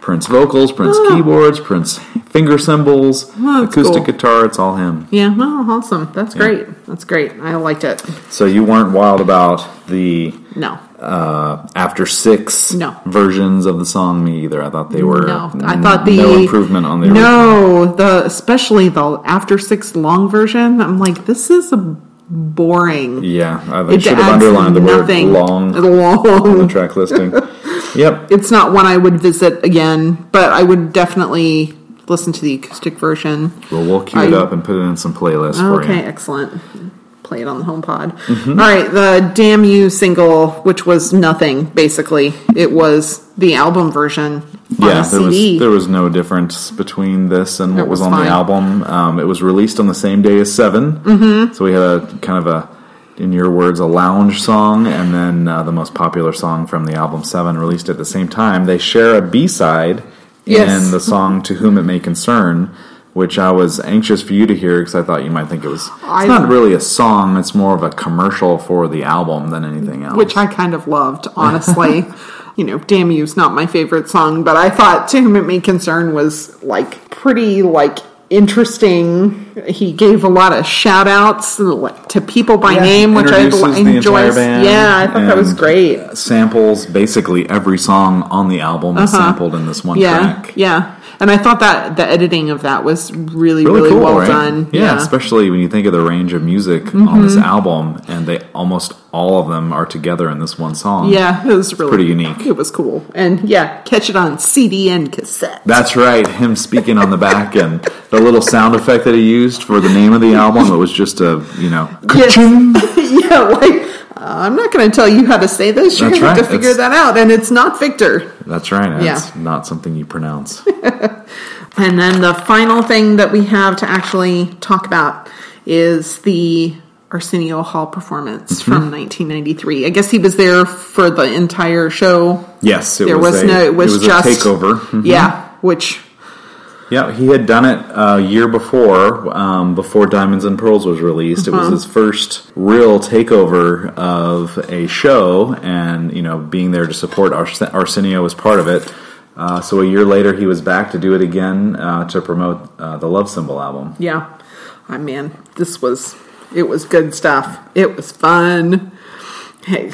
B: Prince vocals, Prince keyboards, Prince finger cymbals,
A: Oh, Ah. that's
B: acoustic
A: cool.
B: guitar. It's all him.
A: yeah, well, awesome. That's great. That's great. I liked it.
B: So you weren't wild about the
A: No.
B: uh, after six
A: No.
B: versions of the song me either. I thought they were
A: No, I
B: n-
A: thought the
B: no improvement on the original.
A: no, the especially the after six long version. I'm like, this is a boring.
B: Yeah, I they
A: It
B: should have
A: adds
B: underlined the
A: nothing.
B: word long on
A: [LAUGHS]
B: the
A: Long. [LAUGHS]
B: track listing. yep.
A: It's not one I would visit again, but I would definitely listen to the acoustic version.
B: Well, we'll cue it
A: I-
B: up and put it in some playlists for
A: Okay,
B: you. Mm-hmm.
A: excellent. Play it on the home pod. All right, the Damn You single, which was nothing, basically. It was the album version on
B: Yeah,
A: a
B: there was
A: CD.
B: there was no difference between this and what
A: It
B: was,
A: was
B: on
A: fine.
B: the album. Um, it was released on the same day as 7 mm-hmm. so we had a kind of a, in your words, a lounge song, and then uh, the most popular song from the album Seven, released at the same time. They share a B side
A: Yes.
B: in the song "To Whom It May Concern." Which I was anxious for you to hear because I thought you might think it was. It's
A: I-
B: not really a song; it's more of a commercial for the album than anything else.
A: which I kind of loved,
B: [LAUGHS]
A: honestly. you know, Damn You's not my favorite song, but I thought To Whom It May Concern was like pretty like interesting. He gave a lot of shout outs like, to people by name, which I
B: Introduces the
A: enjoy.
B: entire band
A: Yeah, I thought that was
B: and
A: great. Uh-huh.
B: Samples basically every song on the album is sampled in this one
A: yeah,
B: track.
A: Yeah. And I thought that the editing of that was really, really,
B: Really, cool,
A: well
B: right?
A: done. Mm-hmm.
B: Yeah, especially when you think of the range of music on this album, and they almost all of them are together in this one song.
A: Yeah, it was really
B: pretty unique.
A: It was cool. And yeah, catch it on CD and cassette.
B: That's right, him speaking on the back and the little sound effect that he used for the name of the album. It was just a, you know,
A: Yes. [LAUGHS] yeah, like, uh, I'm not going to tell you how to say this. You're
B: That's
A: going to have
B: right.
A: to figure
B: It's-
A: that out. And it's not Victor.
B: that's right.
A: Yeah.
B: It's not something you pronounce.
A: And then the final thing that we have to actually talk about is the Arsenio Hall performance
B: Mm-hmm.
A: from 1993. I guess he was there for the entire show.
B: Yes, it
A: There was,
B: a,
A: no. It was, just
B: a takeover.
A: Yeah, which
B: Yeah, he had done it a year before, um, before Diamonds and Pearls was released. It
A: Uh-huh.
B: was his first real takeover of a show, and you know, being there to support Ars- Arsenio was part of it. Uh, so a year later, he was back to do it again uh, to promote uh, the Love Symbol album.
A: Yeah. I mean, this was it was good stuff. It was fun. Hey,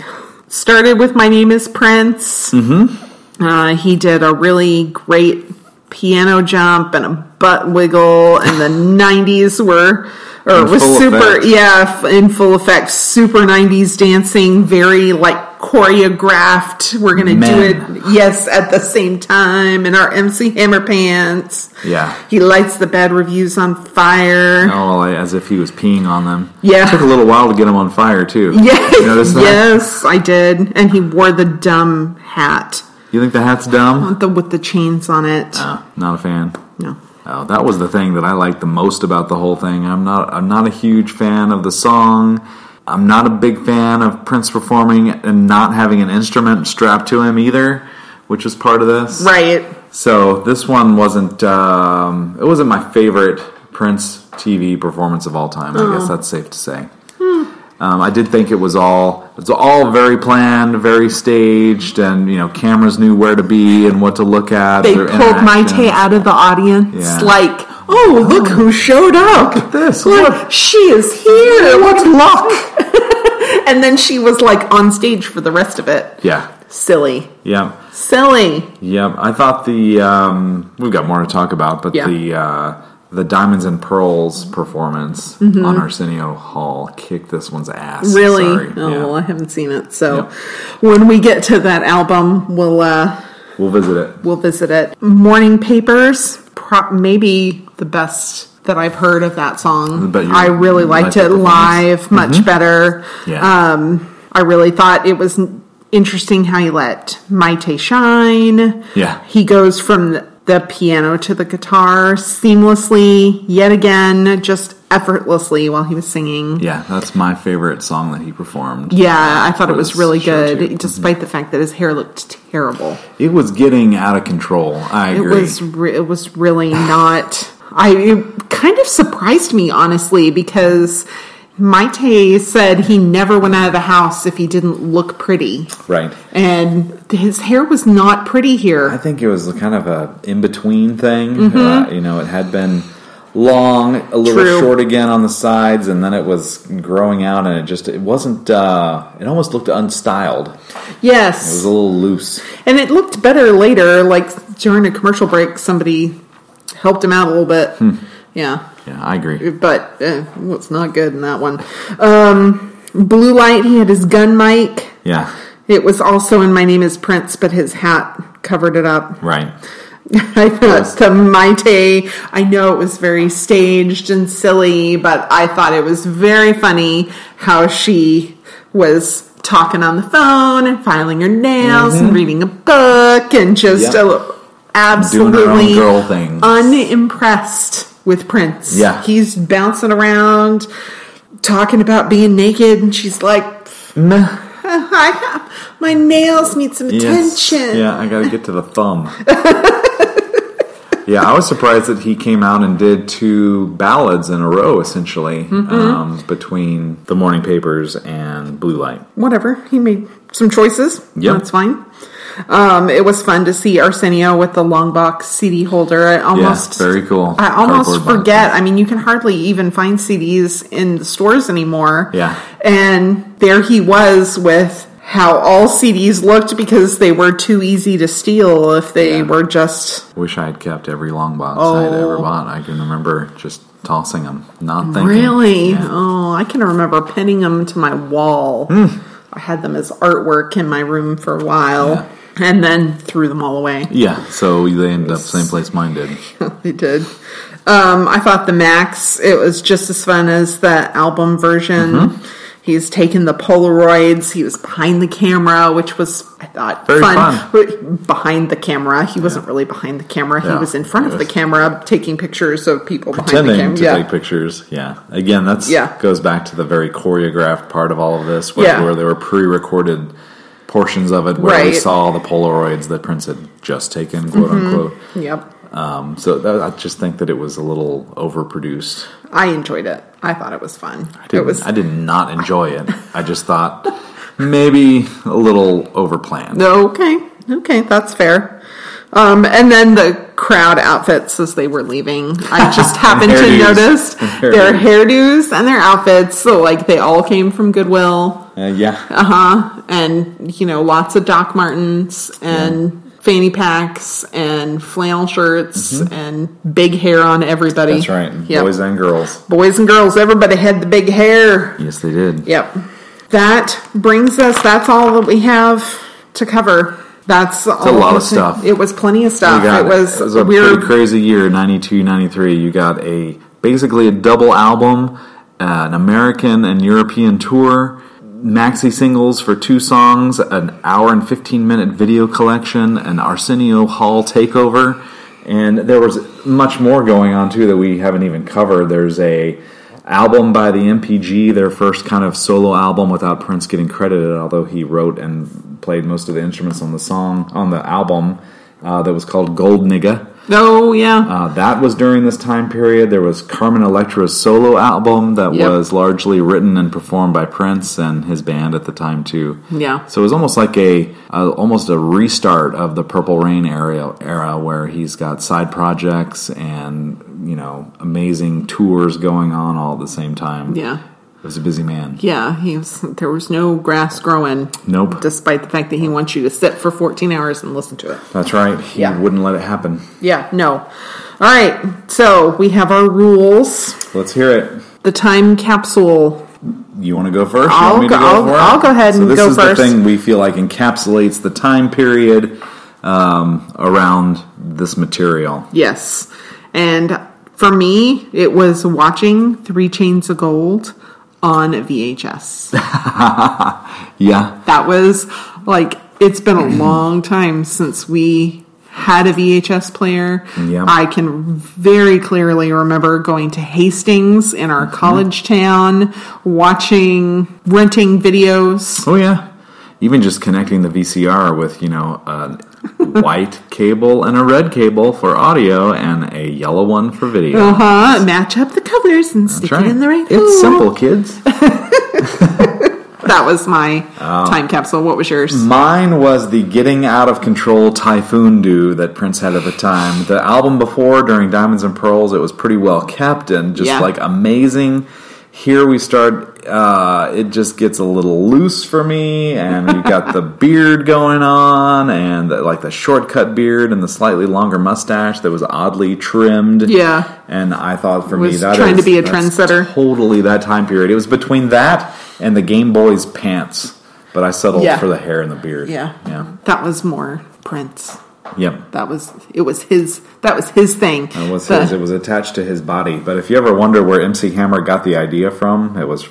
A: started with my name is Prince. Mm-hmm. Uh, he did a really great piano jump and a butt wiggle, and
B: [LAUGHS]
A: the '90s were or it
B: In
A: was
B: full
A: super.
B: effect.
A: Yeah, f- in full effect, super '90s dancing, very like choreographed. We're gonna do
B: Men.
A: it, yes, at the same time in our MC Hammer pants.
B: Yeah.
A: He lights the bad reviews on fire.
B: Oh, like, as if he was peeing on them.
A: Yeah.
B: It took a little while to get him on fire, too.
A: [LAUGHS] Yes,
B: You notice that?
A: yes, I did. And he wore the dumb hat
B: You think the hat's dumb?
A: with the, with the chains on it.
B: No, not a fan.
A: no.
B: Oh, that was the thing that I liked the most about the whole thing. I'm not I'm not a huge fan of the song. I'm not a big fan of Prince performing and not having an instrument strapped to him either, which is part of this.
A: Right.
B: So this one wasn't um, it wasn't my favorite Prince TV performance of all time. I
A: Mm.
B: guess that's safe to say.
A: Hmm.
B: Um, I did think it was all it's all very planned, very staged, and you know cameras knew where to be and what to look at.
A: They
B: their
A: pulled my
B: interactions.
A: Maite out of the audience
B: Yeah.
A: like, Oh, look who showed up! Look
B: this. [LAUGHS] What-
A: she is here.
B: What luck!
A: [LAUGHS] and then she was like on stage for the rest of it.
B: yeah.
A: Silly,
B: Yeah.
A: silly.
B: Yeah. I thought the um, we've got more to talk about, but
A: Yeah.
B: the uh, the Diamonds and Pearls performance on Arsenio Hall kicked this one's ass.
A: Mm-hmm. Really?
B: Sorry.
A: Oh,
B: Yeah.
A: well, I haven't seen it. So
B: Yep.
A: when we get to that album, we'll uh,
B: We'll visit it.
A: we'll visit it. Morning Papers, pro- maybe the best that I've heard of that song.
B: bet you
A: I really liked
B: liked the
A: it
B: performance. Mm-hmm.
A: live, much better.
B: Yeah.
A: Um, I really thought it was n- interesting how he let Maite shine.
B: Yeah.
A: He goes from the- the piano to the guitar seamlessly, yet again, just effortlessly while he was singing.
B: Yeah, that's my favorite song that he performed.
A: Yeah, I thought it
B: For
A: was
B: this
A: really
B: show,
A: good,
B: too.
A: despite the fact that his hair looked terrible.
B: It was getting out of control. I
A: It
B: agree.
A: was re- it was really not. I it kind of surprised me honestly because Maite said he never went out of the house if he didn't look pretty,
B: right.
A: and his hair was not pretty
B: I
A: here.
B: think it was kind of a in between thing.
A: Mm-hmm.
B: Uh, you know, it had been long, a little
A: True.
B: short again on the sides, and then it was growing out, and it just it wasn't. Uh, it almost looked unstyled. It was
A: Yes,
B: a little loose.
A: and it looked better later. Like during a commercial break, somebody helped him out a little bit. Yeah.
B: Yeah, I agree.
A: but uh, what's not good in that one? Um, blue light. He had his gun mic.
B: Yeah,
A: It was also in My Name Is Prince, but his hat covered it up.
B: right.
A: [LAUGHS] I thought the Maite. I know it was very staged and silly, but I thought it was very funny how she was talking on the phone and filing her nails
B: Mm-hmm.
A: and reading a book and just
B: Yep.
A: uh, absolutely
B: girl thing.
A: unimpressed with Prince.
B: Yeah.
A: He's bouncing around, talking about being naked, and she's like, [LAUGHS] I, my nails need some
B: Yes.
A: attention.
B: Yeah, I gotta get to the thumb.
A: [LAUGHS]
B: yeah, I was surprised that he came out and did two ballads in a row, essentially,
A: Mm-hmm.
B: um, between the morning papers and Blue Light.
A: Whatever. He made some choices.
B: Yep.
A: That's fine. Um, it was fun to see Arsenio with the long box CD holder. I almost
B: very cool.
A: I almost
B: Cardboard box.
A: forget. I mean, you can hardly even find CDs in the stores anymore.
B: Yeah.
A: And there he was with how all CDs looked because they were too easy to steal if they
B: Yeah.
A: were just
B: Wish I had kept every long box I'd
A: Oh.
B: ever bought. I can remember just tossing them, not thinking.
A: Really?
B: Yeah.
A: Oh, I can remember pinning them to my wall.
B: Mm.
A: I had them as artwork in my room for a while and then threw them all away.
B: Yeah, so they ended up same place mine did.
A: [LAUGHS] they did. Um, I thought the Max, it was just as fun as the album version.
B: Mm-hmm.
A: He's taking the Polaroids. He was behind the camera, which was, I thought,
B: Very fun.
A: fun. But Behind the camera. He wasn't really behind the camera.
B: Yeah,
A: He was in front
B: he
A: of the
B: was.
A: camera taking pictures of people behind the
B: Pretending
A: camera.
B: to take pictures, yeah. Again, that's
A: Yeah.
B: goes back to the very choreographed part of all of this, where,
A: Yeah.
B: where there were pre-recorded portions of it where we
A: Right. Mm-hmm.
B: saw the Polaroids that Prince had just taken, quote unquote.
A: Yep.
B: Um, so that, I just think that it was a little overproduced.
A: I enjoyed it. I thought it was fun. It
B: Didn't-
A: was
B: I did not enjoy it. I just thought maybe a little overplanned.
A: okay. Okay, that's fair. Um, and then the crowd outfits as they were leaving.
B: [LAUGHS]
A: I just happened to
B: hairdos.
A: notice
B: And hairdos.
A: their hairdos and their outfits. So, like, they all came from Goodwill.
B: Uh, yeah.
A: Uh huh. And, you know, lots of Doc Martens and fanny packs and flannel shirts and big hair on everybody.
B: Mm-hmm. That's right.
A: Yep.
B: Boys and girls.
A: Boys and girls, everybody had the big hair.
B: Yes, they did.
A: Yep. That brings us, that's all that we have to cover. That's all.
B: lot
A: we
B: of
A: can-
B: stuff.
A: It was plenty of
B: You
A: stuff.
B: got
A: It was,
B: a
A: weird.
B: pretty crazy year, 92, 93. You got a basically a double album, uh, an American and European tour, maxi singles for two songs, an hour and 15 minute video collection, an Arsenio Hall takeover, and there was much more going on too that we haven't even covered. There's a album by the MPG, their first kind of solo album without Prince getting credited, although he wrote and played most of the instruments on the song on the album uh, that was called Gold Nigga.
A: oh, yeah.
B: Uh, that was during this time period. There was Carmen Electra's solo album that
A: Yep.
B: was largely written and performed by Prince and his band at the time too.
A: Yeah.
B: So it was almost like a uh, almost a restart of the Purple Rain era era where he's got side projects and you know amazing tours going on all at the same time.
A: Yeah.
B: It was a busy man.
A: Yeah, he was, there was no grass growing.
B: Nope.
A: Despite the fact that he wants you to sit for 14 hours and listen to it.
B: That's right. He
A: Yeah.
B: wouldn't let it happen.
A: Yeah, no. All right, so we have our rules.
B: Let's hear it.
A: The time capsule.
B: You want to go first? You
A: I'll
B: want me to
A: go- I'll-
B: for it?
A: I'll go ahead
B: so
A: and
B: this
A: go
B: is
A: first.
B: the thing we feel like encapsulates the time period um, around this material.
A: Yes. And for me, it was watching Three Chains of Gold on VHS.
B: Yeah,
A: that was like, it's been
B: [CLEARS THROAT]
A: a long time since we had a VHS player.
B: Yeah.
A: I can very clearly remember going to Hastings in
B: Mm-hmm.
A: our college town, watching, renting videos.
B: Oh yeah, even just connecting the VCR with you know a white [LAUGHS] cable and a red cable for audio and a yellow one for video.
A: Uh huh. Match up the colors and stick
B: That's right.
A: it in the right
B: It's
A: hole.
B: simple, kids.
A: That was my
B: Oh.
A: time capsule. What was yours?
B: Mm. Mine was the getting out of control typhoon do that Prince had at the time. The album before, during Diamonds and Pearls, it was pretty well kept and just
A: Yeah.
B: like amazing. Here we start. Uh, it just gets a little loose for me, and
A: [LAUGHS]
B: you got the beard going on, and the, like the shortcut beard and the slightly longer mustache that was oddly trimmed.
A: Yeah.
B: and I thought for me
A: Was
B: that
A: trying to
B: is-
A: be a
B: that's
A: trendsetter.
B: Totally that time period. It was between that and the Game Boy's pants, but I settled
A: Yeah.
B: for the hair and the beard.
A: Yeah.
B: Yeah.
A: That was more Prince.
B: Yep.
A: That was it was his that was his thing.
B: It was
A: The-
B: his. It was attached to his body. But if you ever wonder where MC Hammer got the idea from, it was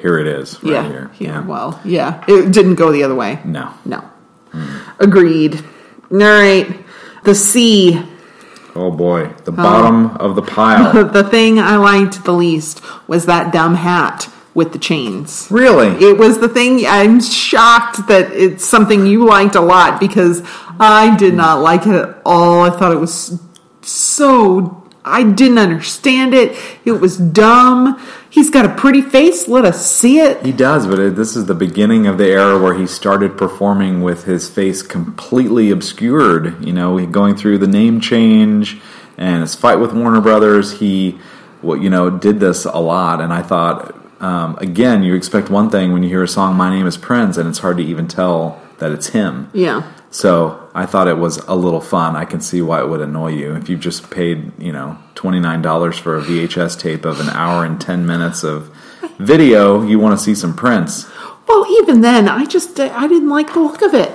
B: here it is right
A: yeah,
B: here.
A: yeah. Well, yeah. It didn't go the other way.
B: No.
A: No. Agreed. All right. The C,
B: Oh boy. The bottom of
A: [LAUGHS]
B: the pile.
A: the thing I liked the least was that dumb hat with the chains.
B: really?
A: It was the thing I'm shocked that it's something you liked a lot because I did not like it at all. I thought it was so I didn't understand it. It was dumb. He's got a pretty face. Let us see it.
B: He does, but it, this is the beginning of the era where he started performing with his face completely obscured. You know, he- going through the name change and his fight with Warner Brothers, he, well, you know, did this a lot. And I thought, um, again, you expect one thing when you hear a song, "My Name Is Prince," and it's hard to even tell that it's him.
A: Yeah.
B: So I thought it was a little fun. I can see why it would annoy you if you just paid, you know, twenty nine dollars for a VHS tape of an hour and ten minutes of video. You want to see some Prince?
A: Well, even then, I just I didn't like the look of it.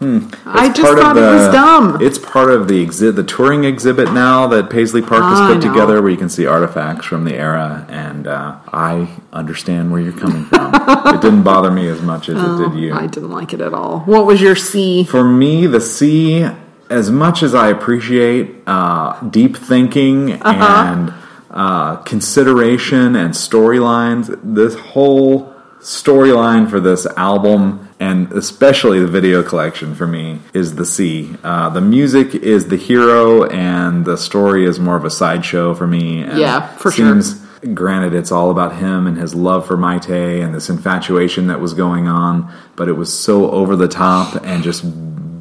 A: I
B: Hmm. It's
A: just
B: part of
A: thought it was
B: the-
A: dumb.
B: It's part of the exhibit, the touring exhibit now that Paisley Park
A: Ah, I
B: has put
A: know.
B: together, where you can see artifacts from the era. And uh, I understand where you're coming from. it didn't bother me as much as
A: [LAUGHS]
B: it did you.
A: Oh, I didn't like it at all. What was your C?
B: For me, the C, as much as I appreciate uh, deep thinking
A: Uh-huh.
B: and uh, consideration and storylines, this whole storyline for this album and especially the video collection for me is the C. Uh, the music is the hero, and the story is more of a sideshow for me. And
A: Yeah, for sure.
B: seems Granted, it's all about him and his love for Maite and this infatuation that was going on, but it was so over the top and just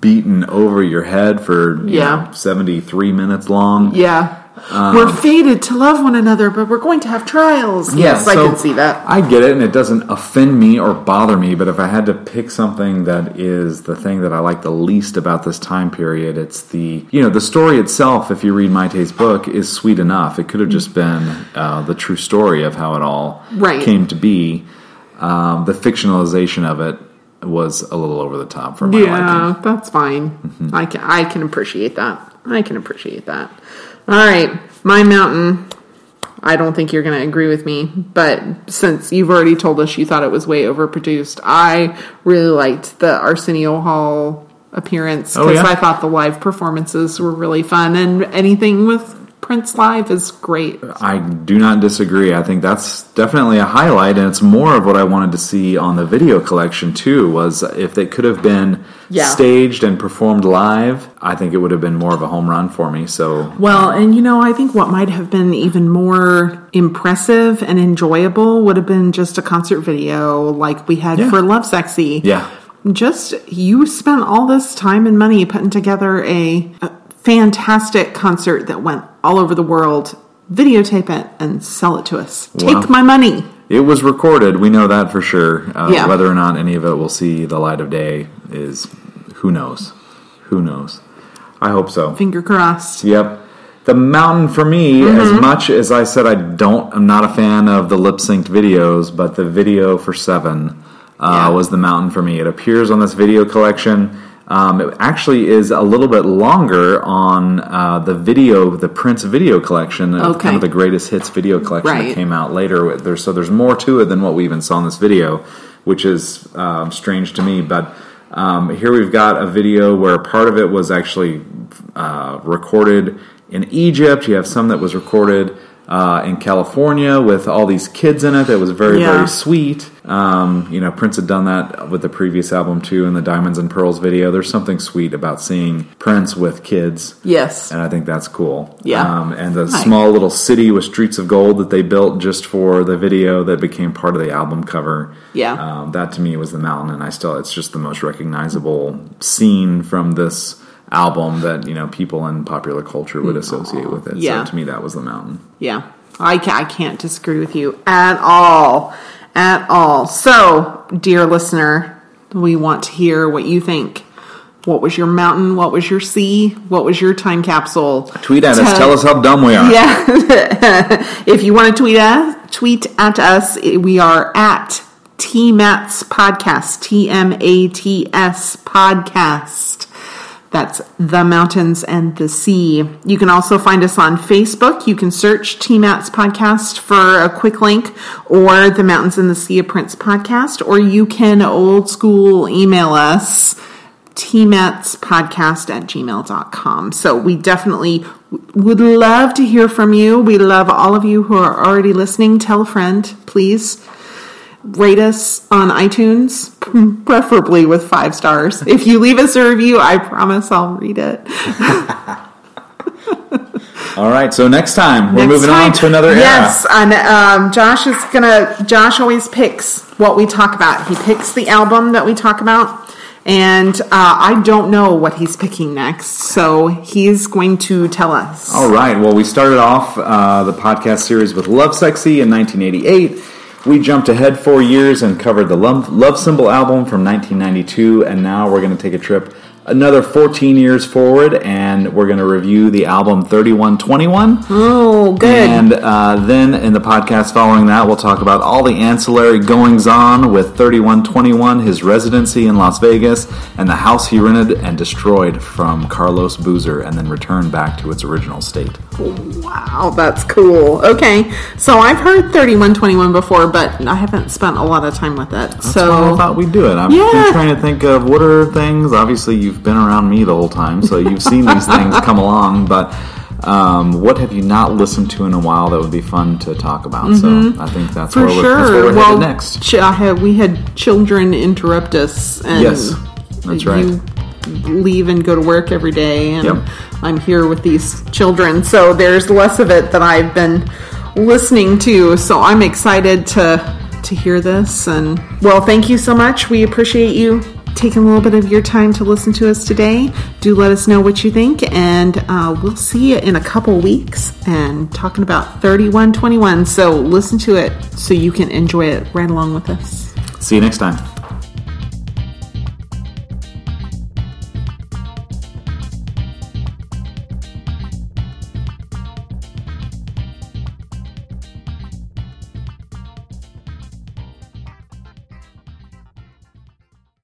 B: beaten over your head for you
A: Yeah.
B: know, 73 minutes long.
A: Yeah.
B: Um,
A: we're fated to love one another, but we're going to have trials. yes, I
B: so
A: can see that.
B: I get it, and it doesn't offend me or bother me, but if I had to pick something that is the thing that I like the least about this time period, it's the, you know, the story itself, if you read Maite's book, is sweet enough. It could have just been uh, the true story of how it all
A: Right.
B: came to be. Um, the fictionalization of it was a little over the top for my liking.
A: yeah, that's fine.
B: Mm-hmm.
A: I can I can appreciate that. I can appreciate that. All right, my mountain. I don't think you're going to agree with me, but since you've already told us you thought it was way overproduced, I really liked the Arsenio Hall appearance
B: Oh,
A: because
B: yeah?
A: I thought the live performances were really fun, and anything with Prince live is great.
B: I do not disagree. I think that's definitely a highlight, and it's more of what I wanted to see on the video collection too. Was if they could have been
A: Yeah.
B: staged and performed live, I think it would have been more of a home run for me. So
A: Well, and you know, I think what might have been even more impressive and enjoyable would have been just a concert video like we had
B: Yeah.
A: for Love Sexy.
B: yeah,
A: Just you spent all this time and money putting together a, a fantastic concert that went all over the world videotape it and sell it to us.
B: Wow.
A: Take my money.
B: It was recorded. We know that for sure. Uh,
A: Yeah.
B: Whether or not any of it will see the light of day is who knows. Who knows? I hope so.
A: Finger crossed.
B: Yep. The mountain for me,
A: Mm-hmm.
B: as much as I said I don't, I'm not a fan of the lip synced videos, but the video for Seven uh,
A: Yeah.
B: was the mountain for me. It appears on this video collection. Um, it actually is a little bit longer on uh, the video, the Prince video collection, of
A: Okay.
B: kind of the greatest hits video collection that
A: Right.
B: came out later. There's, so there's more to it than what we even saw in this video, which is um, strange to me. But um, here we've got a video where part of it was actually uh, recorded in Egypt. You have some that was recorded uh, in California with all these kids in it. That was very
A: Yeah.
B: very sweet. Um, you know, Prince had done that with the previous album too, in the Diamonds and Pearls video. There's something sweet about seeing Prince with kids
A: Yes.
B: and I think that's cool.
A: Yeah.
B: Um, and the
A: Right.
B: small little city with streets of gold that they built just for the video that became part of the album cover.
A: Yeah.
B: Um, that to me was the mountain, and I still it's just the most recognizable scene from this album that you know people in popular culture would associate with it.
A: Yeah.
B: So to me, that was the mountain.
A: Yeah. I, ca- I can't disagree with you at all. At all. So, dear listener, we want to hear what you think. What was your mountain? What was your sea? What was your time capsule?
B: Tweet at us.
A: Tell-
B: Tell us how dumb we are.
A: Yeah. if you want to tweet at tweet at us, we are at TMATS Podcast. T M A T S Podcast. That's the mountains and the sea. You can also find us on Facebook. You can search TMATS Podcast for a quick link or the Mountains and the Sea of Prince Podcast, or you can old school email us tmetspodcast at gmail.com. So we definitely w- would love to hear from you. We love all of you who are already listening. Tell a friend, please. Rate us on iTunes, preferably with five stars. If you leave us a review, I promise I'll read it.
B: All right. So next time we're
A: Next
B: moving
A: time-
B: on to another era.
A: Yes, and um, Josh is gonna. Josh always picks what we talk about. He picks the album that we talk about, and uh, I don't know what he's picking next, so he's going to tell us.
B: All right. Well, we started off uh, the podcast series with Love Sexy in 1988. We jumped ahead four years and covered the Love, Love Symbol album from 1992. And now we're going to take a trip another 14 years forward and we're going to review the album 3121.
A: Oh, good.
B: And uh, then in the podcast following that, we'll talk about all the ancillary goings on with 3121, his residency in Las Vegas, and the house he rented and destroyed from Carlos Boozer, and then returned back to its original state.
A: wow, that's cool. Okay, so I've heard thirty-one twenty-one before, but I haven't spent a lot of time with it.
B: Well, I
A: so
B: thought we'd do it. I'm
A: Yeah.
B: been trying to think of what are things. Obviously, you've been around me the whole time, so you've
A: [LAUGHS]
B: seen these things come along, but. Um, what have you not listened to in a while that would be fun to talk about? So I think that's
A: Mm-hmm. for
B: where we're, that's where
A: sure.
B: we're
A: well,
B: headed next.
A: Ch- I had, we had children interrupt us, and
B: Yes, that's right.
A: You leave and go to work every day, and
B: Yep.
A: I'm here with these children, so there's less of it that I've been listening to. So I'm excited to to hear this, and well, thank you so much. We appreciate you. Taking a little bit of your time to listen to us today. Do let us know what you think, and uh, we'll see you in a couple weeks. And talking about 3121, so listen to it so you can enjoy it right along with us.
B: See you next time.